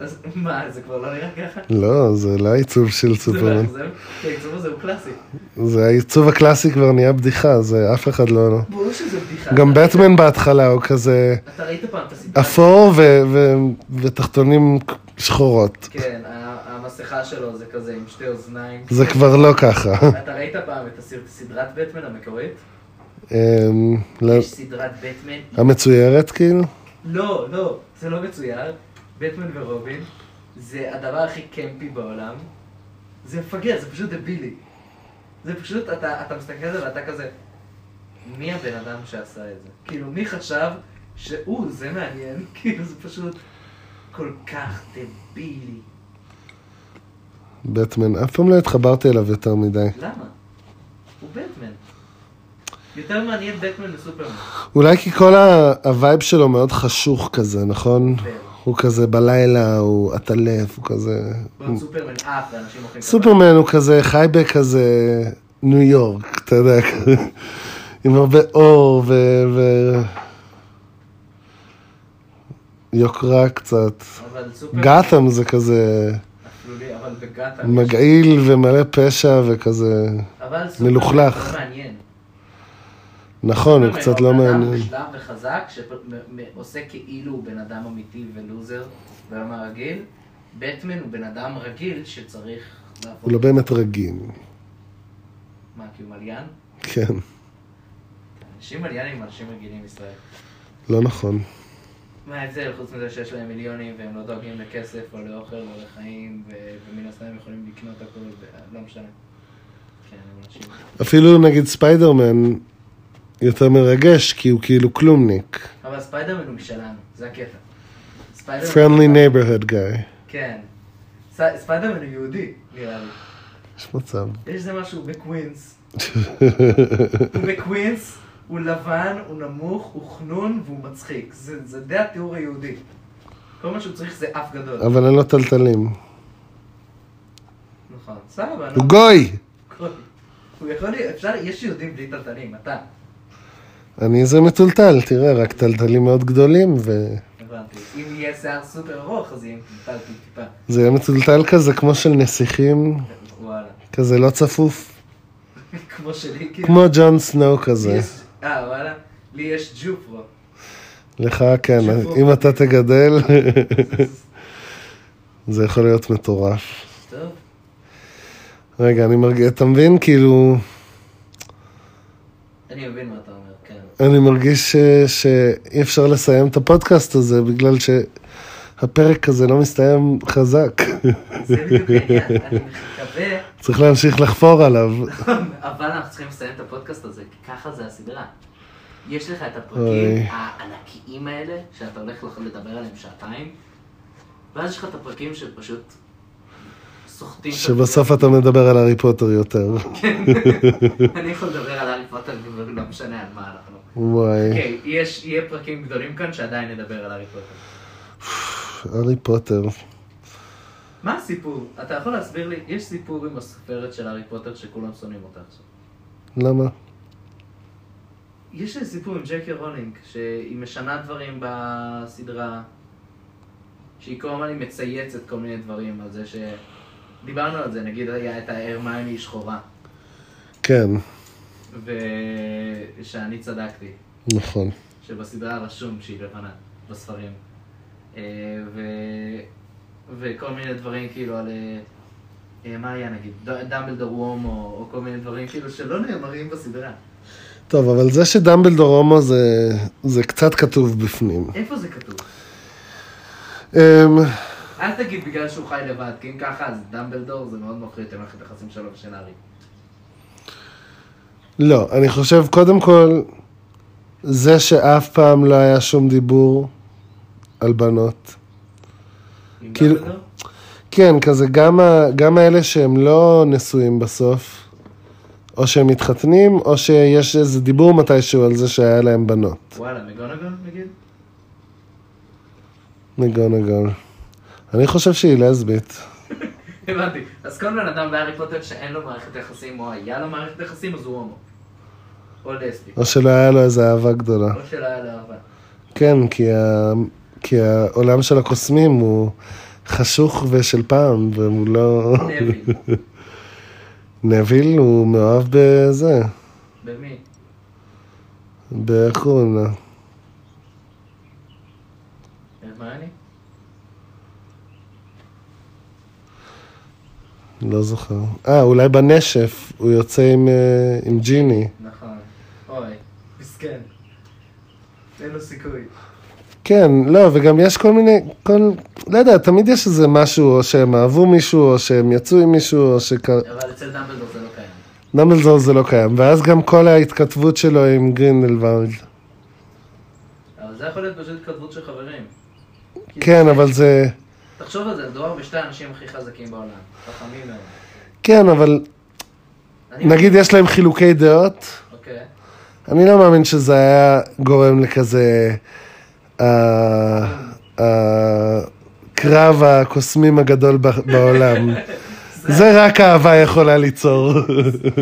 Speaker 2: אז מה, זה כבר לא נראה ככה?
Speaker 1: לא, זה לא העיצוב של
Speaker 2: זה לא, כן,
Speaker 1: סופרמן.
Speaker 2: מאכזב, כי העיצוב הזה הוא קלאסי.
Speaker 1: זה העיצוב הקלאסי כבר נהיה בדיחה, זה אף אחד לא...
Speaker 2: ברור שזה בדיחה.
Speaker 1: גם
Speaker 2: אתה-
Speaker 1: בטמן בהתחלה הוא כזה
Speaker 2: אתה ראית פעם את הסדרה?
Speaker 1: אפור ו- ו- ותחתונים שחורות.
Speaker 2: כן, ה- המסכה שלו זה כזה עם שתי אוזניים.
Speaker 1: זה כבר לא ככה.
Speaker 2: אתה ראית פעם את הסיר- סדרת בטמן המקורית?
Speaker 1: אמ, לא-
Speaker 2: יש סדרת בטמן.
Speaker 1: המצוירת כאילו?
Speaker 2: לא, לא, זה לא מצויר. בטמן ורובין זה הדבר הכי קמפי בעולם. זה מפגר, זה פשוט דבילי. זה פשוט, אתה, אתה מסתכל על זה ואתה כזה, מי הבן אדם שעשה את זה? כאילו, מי חשב שהוא, זה מעניין? כאילו, זה פשוט כל כך דבילי.
Speaker 1: בטמן, אף פעם לא התחברתי אליו יותר מדי.
Speaker 2: למה? הוא בטמן. יותר מעניין בטמן וסופרמן.
Speaker 1: אולי כי כל ה- הווייב שלו מאוד חשוך כזה, נכון?
Speaker 2: כן.
Speaker 1: הוא כזה בלילה, הוא עטלף, הוא כזה...
Speaker 2: בעוד סופרמן עף ואנשים אוכלים את
Speaker 1: סופרמן הוא כזה חי בכזה ניו יורק, אתה יודע, כזה, עם הרבה אור ו... ו... יוקרה קצת.
Speaker 2: הבית. אבל סופרמן
Speaker 1: גאתם זה כזה
Speaker 2: אפלולי, אבל בגאטה.
Speaker 1: מגעיל ומלא פשע וכזה...
Speaker 2: אבל סופרמן
Speaker 1: מלוכלך.
Speaker 2: לא מעניין. אוקיי,
Speaker 1: נכון, הוא קצת לא
Speaker 2: אדם
Speaker 1: מעניין.
Speaker 2: מושלם וחזק, שעושה כאילו הוא בן אדם אמיתי ולוזר בעולם הרגיל. בטמן הוא בן אדם רגיל שצריך
Speaker 1: הוא
Speaker 2: לעבוד.
Speaker 1: לא באמת רגיל.
Speaker 2: מה, כי הוא מליין?
Speaker 1: כן,
Speaker 2: אנשים מליינים הם אנשים רגילים בישראל.
Speaker 1: לא נכון.
Speaker 2: מה ההבדל, חוץ מזה שיש להם מיליונים והם לא דואגים לכסף או לאוכל או לחיים, ו- ומן הסתם הם יכולים לקנות הכל, ולא משנה. כן, הם אנשים.
Speaker 1: אפילו נגיד ספיידרמן יותר מרגש, כי הוא כאילו כלומניק.
Speaker 2: אבל ספיידרמן הוא משלנו, זה הקטע. ספיידרמן-
Speaker 1: Friendly neighborhood guy.
Speaker 2: כן. ס- ספיידרמן הוא יהודי, נראה לי.
Speaker 1: יש מצב.
Speaker 2: יש איזה משהו בקווינס. הוא בקווינס, הוא לבן, הוא נמוך, הוא חנון והוא מצחיק. זה זה די התיאור היהודי. כל מה שהוא צריך זה אף גדול.
Speaker 1: אבל אין לו טלטלים.
Speaker 2: נכון, סבבה, נו.
Speaker 1: הוא גוי!
Speaker 2: כל- הוא יכול להיות, אפשר, יש יהודים בלי טלטלים, אתה.
Speaker 1: אני איזה מטולטל, תראה, רק טלטלים מאוד גדולים, וזה
Speaker 2: הבנתי. אם יהיה שיער סופר ארוך, אז יהיה מטלטל טיפה.
Speaker 1: יהיה מטולטל כזה כמו של נסיכים,
Speaker 2: וואלה.
Speaker 1: כזה לא צפוף,
Speaker 2: כמו שלי, כאילו.
Speaker 1: כמו ג'ון סנואו כזה.
Speaker 2: יש- אה, וואלה. לי יש ג'ופרו.
Speaker 1: לך, כן,
Speaker 2: שפוף.
Speaker 1: אם אתה תגדל, זה יכול להיות מטורף.
Speaker 2: טוב.
Speaker 1: רגע, אני מרגיש, אתה מבין? כאילו,
Speaker 2: אני מבין מה אתה אומר, כן.
Speaker 1: אני מרגיש ש... שאי אפשר לסיים את הפודקאסט הזה, בגלל שהפרק הזה לא מסתיים חזק.
Speaker 2: זה בדיוק העניין, אני מקווה.
Speaker 1: צריך להמשיך לחפור עליו.
Speaker 2: אבל אנחנו צריכים לסיים את הפודקאסט הזה, כי ככה זה הסדרה. יש לך את
Speaker 1: אוי.
Speaker 2: הפרקים הענקיים האלה, שאתה הולך לך- לדבר עליהם שעתיים, ואז יש לך את הפרקים שפשוט סוחטים. את
Speaker 1: שבסוף אתה מדבר על הארי פוטר יותר.
Speaker 2: הפרק. אני יכול לדבר על הארי פוטר, ולא משנה על מה אנחנו.
Speaker 1: כן. וואי,
Speaker 2: אוקיי, יש, יהיה פרקים גדולים כאן שעדיין נדבר על הארי פוטר.
Speaker 1: הארי פוטר.
Speaker 2: מה הסיפור? אתה יכול להסביר לי? יש סיפור עם הסופרת של הארי פוטר שכולם שונאים אותה עכשיו.
Speaker 1: למה?
Speaker 2: יש איזה סיפור עם ג'קי רולינג, שהיא משנה דברים בסדרה, שהיא כל הזמן היא מצייצת כל מיני דברים על זה ש... דיברנו על זה, נגיד היה את ההרמייני שחורה,
Speaker 1: כן,
Speaker 2: ושאני צדקתי,
Speaker 1: נכון.
Speaker 2: שבסדרה רשום שהיא לבנה, בספרים. אה, ו... וכל מיני דברים כאילו על... אה, אה, מה היה נגיד? ד- דמבלדור הוא הומו, או כל מיני דברים כאילו שלא נאמרים בסדרה.
Speaker 1: טוב, אבל זה שדמבלדור הומו זה, זה קצת כתוב בפנים.
Speaker 2: איפה זה כתוב?
Speaker 1: אמ,
Speaker 2: אל תגיד בגלל שהוא חי לבד, כי אם ככה, אז דמבלדור זה מאוד מפחיד את מערכת היחסים שלו ושל הארי.
Speaker 1: לא, אני חושב, קודם כל, זה שאף פעם לא היה שום דיבור על בנות.
Speaker 2: עם
Speaker 1: כאילו-
Speaker 2: דמבלדור?
Speaker 1: כן, כזה גם, ה, גם האלה שהם לא נשואים בסוף, או שהם מתחתנים, או שיש איזה דיבור מתישהו על זה שהיה להם בנות,
Speaker 2: וואלה, מגונגון נגיד?
Speaker 1: מגונגול. אני חושב שהיא לסבית.
Speaker 2: הבנתי. אז כל בן אדם בהארי פוטר שאין לו מערכת יחסים, או היה לו מערכת יחסים, אז הוא הומו. או לסבי.
Speaker 1: או שלא היה לו איזו אהבה גדולה.
Speaker 2: או שלא היה לו אהבה.
Speaker 1: כן, כי, ה... כי העולם של הקוסמים הוא חשוך ושל פעם, והוא לא...
Speaker 2: נביל.
Speaker 1: נביל הוא מאוהב בזה,
Speaker 2: במי?
Speaker 1: באיך קוראים לה?
Speaker 2: מה אני?
Speaker 1: לא זוכר. אה, אולי בנשף, הוא יוצא עם, אה, עם ג'יני.
Speaker 2: נכון. אוי, מסכן. אין לו סיכוי.
Speaker 1: כן, לא, וגם יש כל מיני, כל, לא יודע, תמיד יש איזה משהו, או שהם אהבו מישהו, או שהם יצאו עם מישהו, או שדמבלדור
Speaker 2: אבל אצל דמבלדור זה לא קיים.
Speaker 1: זה לא קיים. ואז גם כל ההתכתבות שלו עם גרינדלוולד.
Speaker 2: אבל זה יכול להיות פשוט התכתבות של חברים. כי
Speaker 1: כן, אבל זה,
Speaker 2: תחשוב על זה, מדובר בשתי האנשים הכי חזקים בעולם. חכמים מאוד.
Speaker 1: כן, אבל
Speaker 2: אני-
Speaker 1: נגיד יש להם חילוקי דעות,
Speaker 2: אוקיי.
Speaker 1: אני לא מאמין שזה היה גורם לכזה... ה- הקרב אה, הקוסמים הגדול ב- בעולם. זה רק אהבה יכולה ליצור.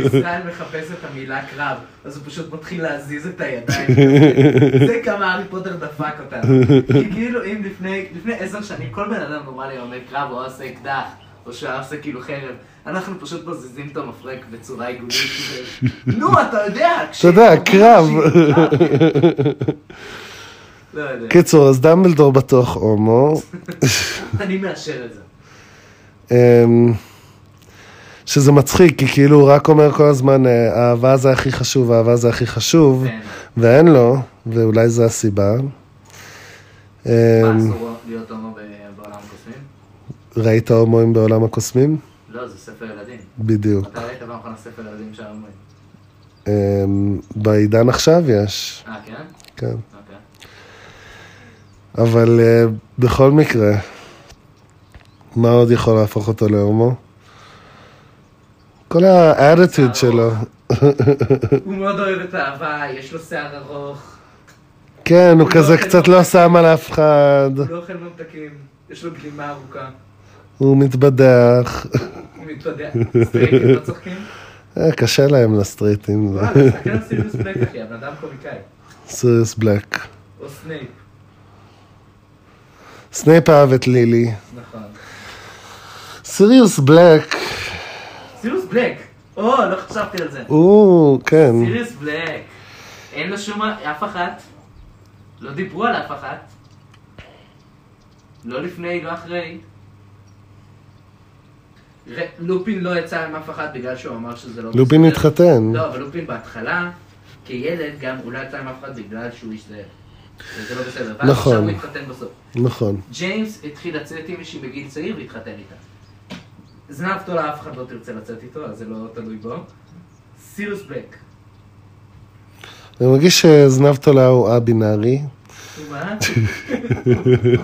Speaker 2: ישראל מחפש את המילה קרב, אז הוא פשוט מתחיל להזיז את הידיים. זה כמה הארי פוטר דפק אותנו. כי כאילו אם לפני לפני עשר שנים כל בן אדם נורמלי אומר קרב או עושה אקדח, או שעושה כאילו חרב, אנחנו פשוט מזיזים את המפרק בצורה עיגולית. כזה. נו, אתה יודע,
Speaker 1: אתה יודע,
Speaker 2: כשהתרבות
Speaker 1: קרב.
Speaker 2: שהיא- לא יודע,
Speaker 1: קיצור, אז דמבלדור בטוח הומו.
Speaker 2: אני מאשר את זה.
Speaker 1: אמ, שזה מצחיק, כי כאילו הוא רק אומר כל הזמן, אה, אהבה זה הכי חשוב, אהבה זה הכי חשוב,
Speaker 3: כן.
Speaker 1: ואין לו, ואולי זו הסיבה. אמ,
Speaker 2: מה, אסור להיות הומו ב- בעולם הקוסמים?
Speaker 1: ראית הומואים בעולם הקוסמים?
Speaker 2: לא, זה ספר ילדים.
Speaker 1: בדיוק.
Speaker 2: אתה ראית פעם אחרונה ספר ילדים של ההומואים.
Speaker 1: אמ, בעידן עכשיו יש,
Speaker 2: אה, כן?
Speaker 1: כן.
Speaker 2: אוקיי.
Speaker 1: אבל אה, בכל מקרה, מה עוד יכול להפוך אותו להומו? כל האטיטוד שלו.
Speaker 2: הוא מאוד אוהב את האהבה, יש לו שיער ארוך,
Speaker 1: כן, הוא
Speaker 2: הוא
Speaker 1: כזה
Speaker 2: לא-
Speaker 1: קצת לא שם על אף אחד,
Speaker 2: הוא לא אוכל ממתקים, יש לו גלימה ארוכה,
Speaker 1: הוא מתבדח.
Speaker 2: הוא מתוודע. סטרייקים לא צוחקים?
Speaker 1: אה, קשה להם לסטריטים.
Speaker 2: וואלה, תסתכל על סיריוס בלק אחי, הבן אדם קומיקאי.
Speaker 1: סיריוס בלק.
Speaker 2: או סנייפ,
Speaker 1: סנייפ אהב את לילי.
Speaker 2: נכון.
Speaker 1: סיריוס בלק,
Speaker 2: סיריוס בלק! או, לא חשבתי על זה.
Speaker 1: הוא, כן.
Speaker 2: סיריוס בלק. אין לו שום אף אחת. לא דיברו על אף אחת. לא לפני, לא אחרי. ר- לופין לא יצא עם אף אחת בגלל שהוא אמר שזה לא...
Speaker 1: לובין
Speaker 2: מסתדר.
Speaker 1: התחתן.
Speaker 2: לא, אבל לופין בהתחלה, כילד גם, הוא לא יצא עם אף אחד בגלל שהוא השתער. וזה לא בסדר. ואז
Speaker 1: נכון.
Speaker 2: עכשיו הוא התחתן בסוף.
Speaker 1: נכון.
Speaker 2: ג'יימס התחיל לצאת עם מישהי בגיל צעיר והתחתן איתה. זנב גדולה אף אחד לא תרצה לצאת איתו, אז זה לא תלוי בו. סיריוס בלק.
Speaker 1: אני מרגיש שזנב תולה הוא א-בינארי.
Speaker 2: הוא מה?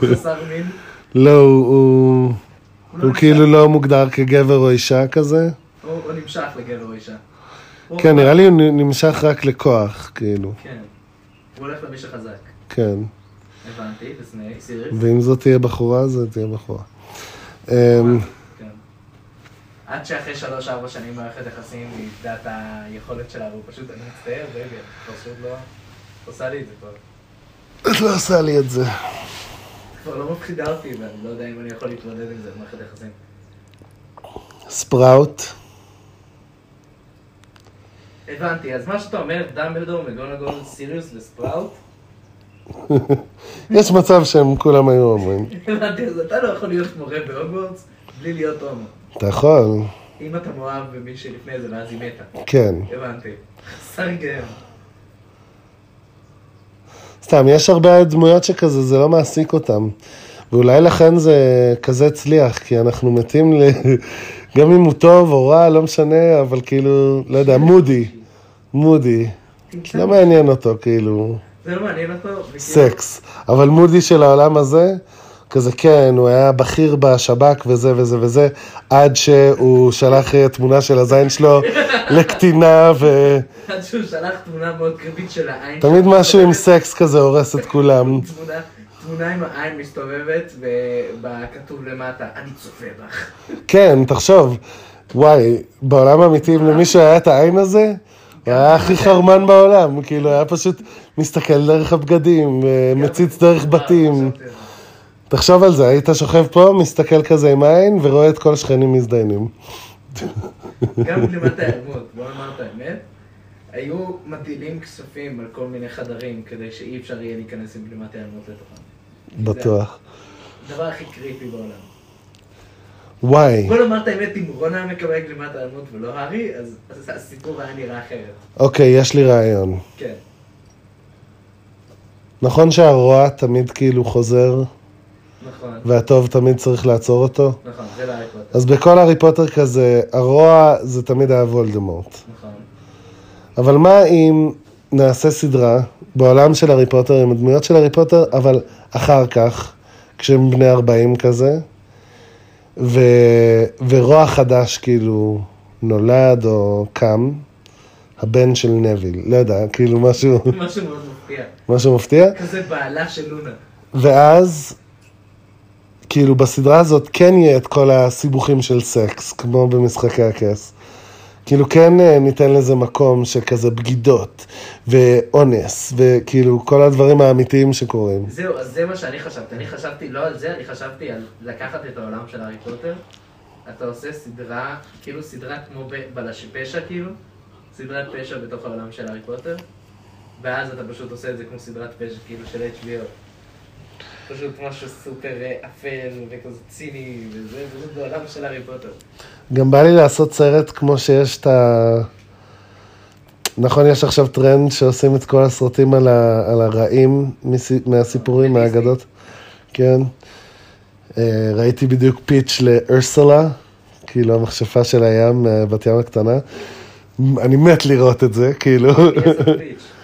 Speaker 2: הוא חסר מין.
Speaker 1: לא, הוא- הוא...
Speaker 2: הוא לא
Speaker 1: הוא
Speaker 2: נמשך.
Speaker 1: כאילו לא מוגדר כגבר או אישה כזה.
Speaker 2: הוא הוא נמשך לגבר או אישה. הוא-
Speaker 1: כן, נראה לי הוא נ- נמשך רק לכוח, כאילו.
Speaker 2: כן. הוא הולך למי שחזק.
Speaker 1: כן.
Speaker 2: הבנתי, בסנייק, סיריוס.
Speaker 1: ואם זאת תהיה בחורה, זה תהיה בחורה. אמ,
Speaker 2: כן. עד שאחרי שלוש-ארבע שנים מערכת יחסים היא איבדה את היכולת שלה, והוא פשוט, אני מצטער, בייבי, את פשוט לא... את עושה לי את זה כבר.
Speaker 1: את לא עושה לי את זה.
Speaker 2: את כבר לא מפחידה אותי, ואני לא יודע אם אני יכול להתמודד עם זה במערכת יחסים.
Speaker 1: ספראוט.
Speaker 2: הבנתי, אז מה שאתה אומר, דמבלדור, מגונגול, סיריוס וספראוט,
Speaker 1: יש מצב שהם כולם היו אומרים.
Speaker 2: הבנתי, אז אתה לא יכול להיות מורה בהוגוורטס בלי להיות הומו.
Speaker 1: אתה יכול?
Speaker 2: אם אתה מאוהב במי שלפני זה, ואז היא מתה.
Speaker 1: כן.
Speaker 2: הבנתי. חסר גאה.
Speaker 1: סתם, יש הרבה דמויות שכזה, זה לא מעסיק אותם. ואולי לכן זה כזה הצליח, כי אנחנו מתים ל... גם אם הוא טוב או רע, לא משנה, אבל כאילו, לא יודע, מודי. מודי. לא מעניין אותו, כאילו,
Speaker 2: זה לא מעניין אותו. וכאילו-
Speaker 1: סקס. אבל מודי של העולם הזה, כזה כן, הוא היה בכיר בשב"כ וזה וזה וזה, עד שהוא שלח אה, תמונה של הזין שלו לקטינה, ותמיד
Speaker 2: עד שהוא שלח תמונה מאוד קריבית של העין.
Speaker 1: משהו עם סקס כזה הורס את כולם.
Speaker 2: תמונה- תמונה עם העין מסתובבת, וכתוב למטה, אני צופה בך.
Speaker 1: כן, תחשוב, וואי, בעולם האמיתי, אם למישהו היה את העין הזה, הוא היה הכי חרמן בעולם, כאילו, היה פשוט מסתכל דרך הבגדים, אה, מציץ דרך בתים.
Speaker 2: חשבתי על זה.
Speaker 1: תחשוב על זה, היית שוכב פה, מסתכל כזה עם העין, ורואה את כל השכנים מזדיינים.
Speaker 2: גם גלימת הערמות, בוא נאמר את האמת, היו מטילים כספים על כל מיני חדרים כדי שאי אפשר יהיה להיכנס עם גלימת הערמות לתוכם.
Speaker 1: בטוח.
Speaker 2: הדבר הכי קריפי בעולם.
Speaker 1: וואי,
Speaker 2: בוא נאמר את האמת, אם רון היה מקבל גלימת הערמות ולא הארי, אז אז הסיפור היה נראה אחרת.
Speaker 1: אוקיי, יש לי רעיון.
Speaker 2: כן.
Speaker 1: נכון שהרוע תמיד כאילו חוזר,
Speaker 2: נכון,
Speaker 1: והטוב תמיד צריך לעצור אותו?
Speaker 2: נכון, זה לא הארי פוטר.
Speaker 1: אז בכל הארי פוטר כזה, הרוע זה תמיד היה וולדמורט.
Speaker 2: נכון.
Speaker 1: אבל מה אם נעשה סדרה בעולם של הארי פוטר עם הדמויות של הארי פוטר, אבל אחר כך, כשהם בני 40 כזה, ו... ורוע חדש כאילו נולד או קם, הבן של נביל, לא יודע, כאילו משהו,
Speaker 4: משהו מאוד מפתיע.
Speaker 1: משהו מפתיע.
Speaker 4: כזה בעלה של לונה.
Speaker 1: ואז, כאילו בסדרה הזאת כן יהיה את כל הסיבוכים של סקס, כמו במשחקי הכס. כאילו כן אה, ניתן לזה מקום שכזה בגידות ואונס וכאילו כל הדברים האמיתיים שקורים.
Speaker 2: זהו, אז זה מה שאני חשבתי. אני חשבתי לא על זה, אני חשבתי על לקחת את העולם של הארי פוטר. אתה עושה סדרה, כאילו סדרה כמו ב- בלש פשע כאילו, סדרת פשע בתוך העולם של הארי פוטר, ואז אתה פשוט עושה את זה כמו סדרת פשע כאילו של HBO. פשוט משהו סופר אה, אפל וכזה ציני וזה, פשוט בעולם של הארי פוטר.
Speaker 1: גם בא לי לעשות סרט כמו שיש את ה... נכון, יש עכשיו טרנד שעושים את כל הסרטים על, ה... על הרעים מס- מהסיפורים, מהאגדות. כן. אה, ראיתי בדיוק פיץ' לארסלה, כאילו המכשפה של הים, אה, בת ים הקטנה. אני מת לראות את זה, כאילו.
Speaker 2: איזה פיץ'.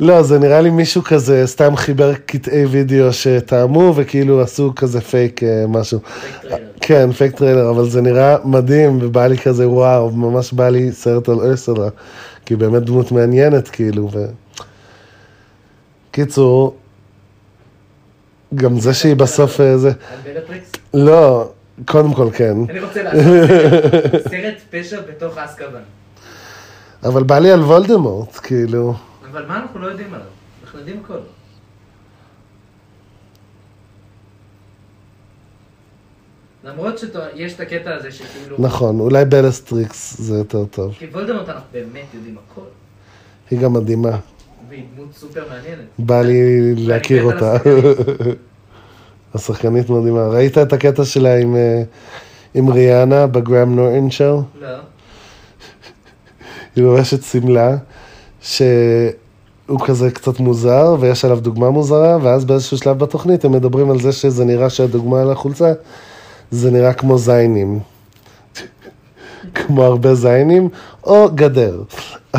Speaker 1: לא, זה נראה לי מישהו כזה סתם חיבר קטעי וידאו שטעמו וכאילו עשו כזה פייק אה, משהו.
Speaker 2: פייק טריילר.
Speaker 1: כן, פייק טריילר, אבל זה נראה מדהים, ובא לי כזה, וואו, ממש בא לי סרט על ארסלה, כי היא באמת דמות מעניינת, כאילו, ו... קיצור, גם זה שהיא בסוף אה, זה...
Speaker 2: על בלטריקס?
Speaker 1: לא, קודם כל כן,
Speaker 2: אני רוצה לעשות סרט- סרט פשע בתוך אסקבן.
Speaker 1: אבל בא לי על וולדמורט, כאילו,
Speaker 2: אבל מה אנחנו לא יודעים עליו? אנחנו יודעים הכל. למרות שיש את הקטע הזה שכאילו...
Speaker 1: נכון, אולי בלסטריקס זה יותר טוב.
Speaker 2: כי וולדמורט אנחנו באמת יודעים הכל.
Speaker 1: היא גם מדהימה,
Speaker 2: והיא דמות סופר מעניינת.
Speaker 1: בא לי להכיר
Speaker 2: אני מת על
Speaker 1: אותה. השחקנית מדהימה. ראית את הקטע שלה עם, אה, עם ריאנה בגרם נורטון שואו?
Speaker 2: לא.
Speaker 1: היא לובשת שמלה, שהוא כזה קצת מוזר, ויש עליו דוגמה מוזרה, ואז באיזשהו שלב בתוכנית הם מדברים על זה שזה נראה שהדוגמה על החולצה, זה נראה כמו זיינים. כמו הרבה זיינים, או גדר.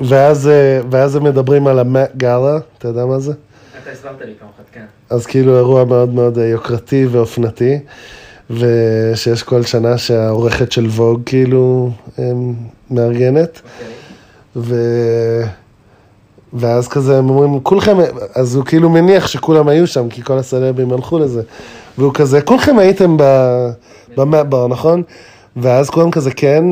Speaker 1: ואז, אה, ואז הם מדברים על המט גאלה, אתה יודע מה זה?
Speaker 2: אתה הסברת לי פעם אחת, כן.
Speaker 1: אז כאילו אירוע מאוד מאוד אה, יוקרתי ואופנתי, ושיש כל שנה שהעורכת של ווג כאילו אה, מארגנת.
Speaker 2: אוקיי.
Speaker 1: ו... ואז כזה הם אומרים, כולכם, אז הוא כאילו מניח שכולם היו שם, כי כל הסלבים הלכו לזה. והוא כזה, כולכם הייתם ב... במאבר, נכון? ואז כולם כזה כן,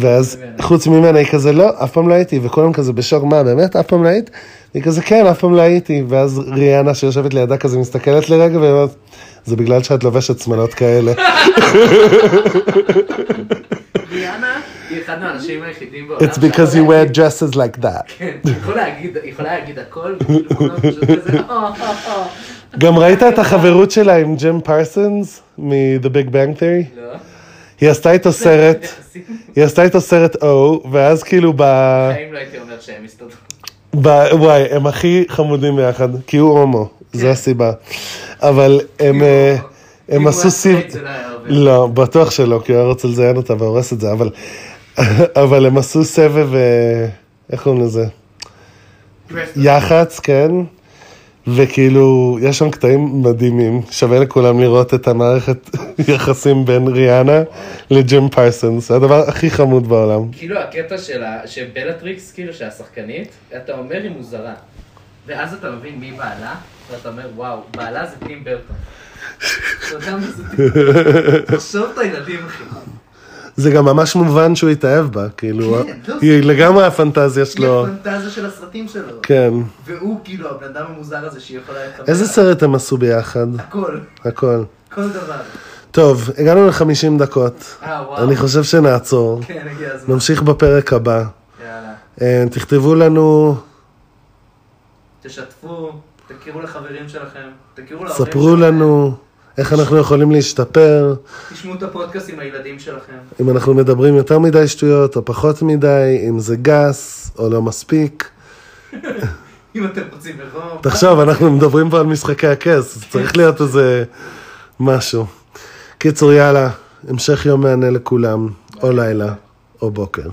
Speaker 1: ואז חוץ ממנה היא כזה לא, אף פעם לא הייתי, וכולם כזה בשוק, מה באמת, אף פעם לא היית? היא כזה כן, אף פעם לא הייתי, ואז ריאנה שיושבת לידה כזה מסתכלת לרגע, והיא אומרת, זה בגלל שאת לובשת שמלות כאלה.
Speaker 4: ריאנה היא אחד מהאנשים היחידים בעולם.
Speaker 1: It's because you wear dresses like that.
Speaker 4: כן, היא יכולה להגיד- היא יכולה להגיד הכל,
Speaker 2: כאילו,
Speaker 4: וכאילו כולם פשוט כזה, "אה, אה, אה."
Speaker 1: גם ראית את החברות שלה עם ג'ים פרסונס מ-The Big Bang Theory?
Speaker 2: לא.
Speaker 1: היא עשתה איתו סרט,
Speaker 2: יחסים.
Speaker 1: היא עשתה איתו סרט או, ואז כאילו ב...
Speaker 2: האם לא הייתי אומר שהם הסתדרו?
Speaker 1: ב... וואי, הם הכי חמודים ביחד, כי הוא הומו,
Speaker 4: כן.
Speaker 1: זו הסיבה. אבל הם... אה, הם
Speaker 4: אם הוא
Speaker 1: עשו
Speaker 4: היה
Speaker 1: סיב...
Speaker 4: סטרייט, זה לא היה עובד.
Speaker 1: לא, בטוח שלא, כי הוא היה רוצה לזיין אותה והורס את זה, אבל... אבל הם עשו סבב... אה, איך קוראים לזה? יח"צ, כן. וכאילו, יש שם קטעים מדהימים, שווה לכולם לראות את המערכת יחסים בין ריאנה לג'ים פרסונס, זה הדבר הכי חמוד בעולם.
Speaker 2: כאילו הקטע שלה, שבלטריקס, כאילו שהשחקנית, אתה אומר היא מוזרה. ואז אתה מבין מי בעלה, ואתה אומר וואו, בעלה זה טים ברטון.
Speaker 4: אתה יודע מה זה טיפ? תחשוב את הילדים, אחי.
Speaker 1: זה גם ממש מובן שהוא התאהב בה, כאילו,
Speaker 4: כן, לא, נכון.
Speaker 1: היא לגמרי הפנטזיה
Speaker 4: היא
Speaker 1: שלו.
Speaker 4: הפנטזיה של הסרטים שלו.
Speaker 1: לא. כן.
Speaker 4: והוא כאילו הבן אדם המוזר הזה שיכולה לקבל.
Speaker 1: איזה סרט הם עשו ביחד?
Speaker 4: הכל,
Speaker 1: הכל.
Speaker 4: כל דבר.
Speaker 1: טוב, הגענו ל-50 דקות.
Speaker 4: אה, וואו.
Speaker 1: אני חושב שנעצור.
Speaker 4: כן, הגיע הזמן.
Speaker 1: נמשיך בפרק הבא.
Speaker 4: יאללה.
Speaker 1: אה, תכתבו לנו,
Speaker 4: תשתפו, תכירו לחברים שלכם, תכירו להורים
Speaker 1: ספרו
Speaker 4: שלכם,
Speaker 1: לנו איך אנחנו יכולים להשתפר.
Speaker 4: תשמעו את הפודקאסט עם הילדים שלכם.
Speaker 1: אם אנחנו מדברים יותר מדי שטויות או פחות מדי, אם זה גס או לא מספיק.
Speaker 4: אם אתם רוצים לראות.
Speaker 1: תחשוב, אנחנו מדברים פה על משחקי הכס, אז צריך להיות איזה משהו. קיצור, יאללה, המשך יום מהנה לכולם, או לילה, או בוקר.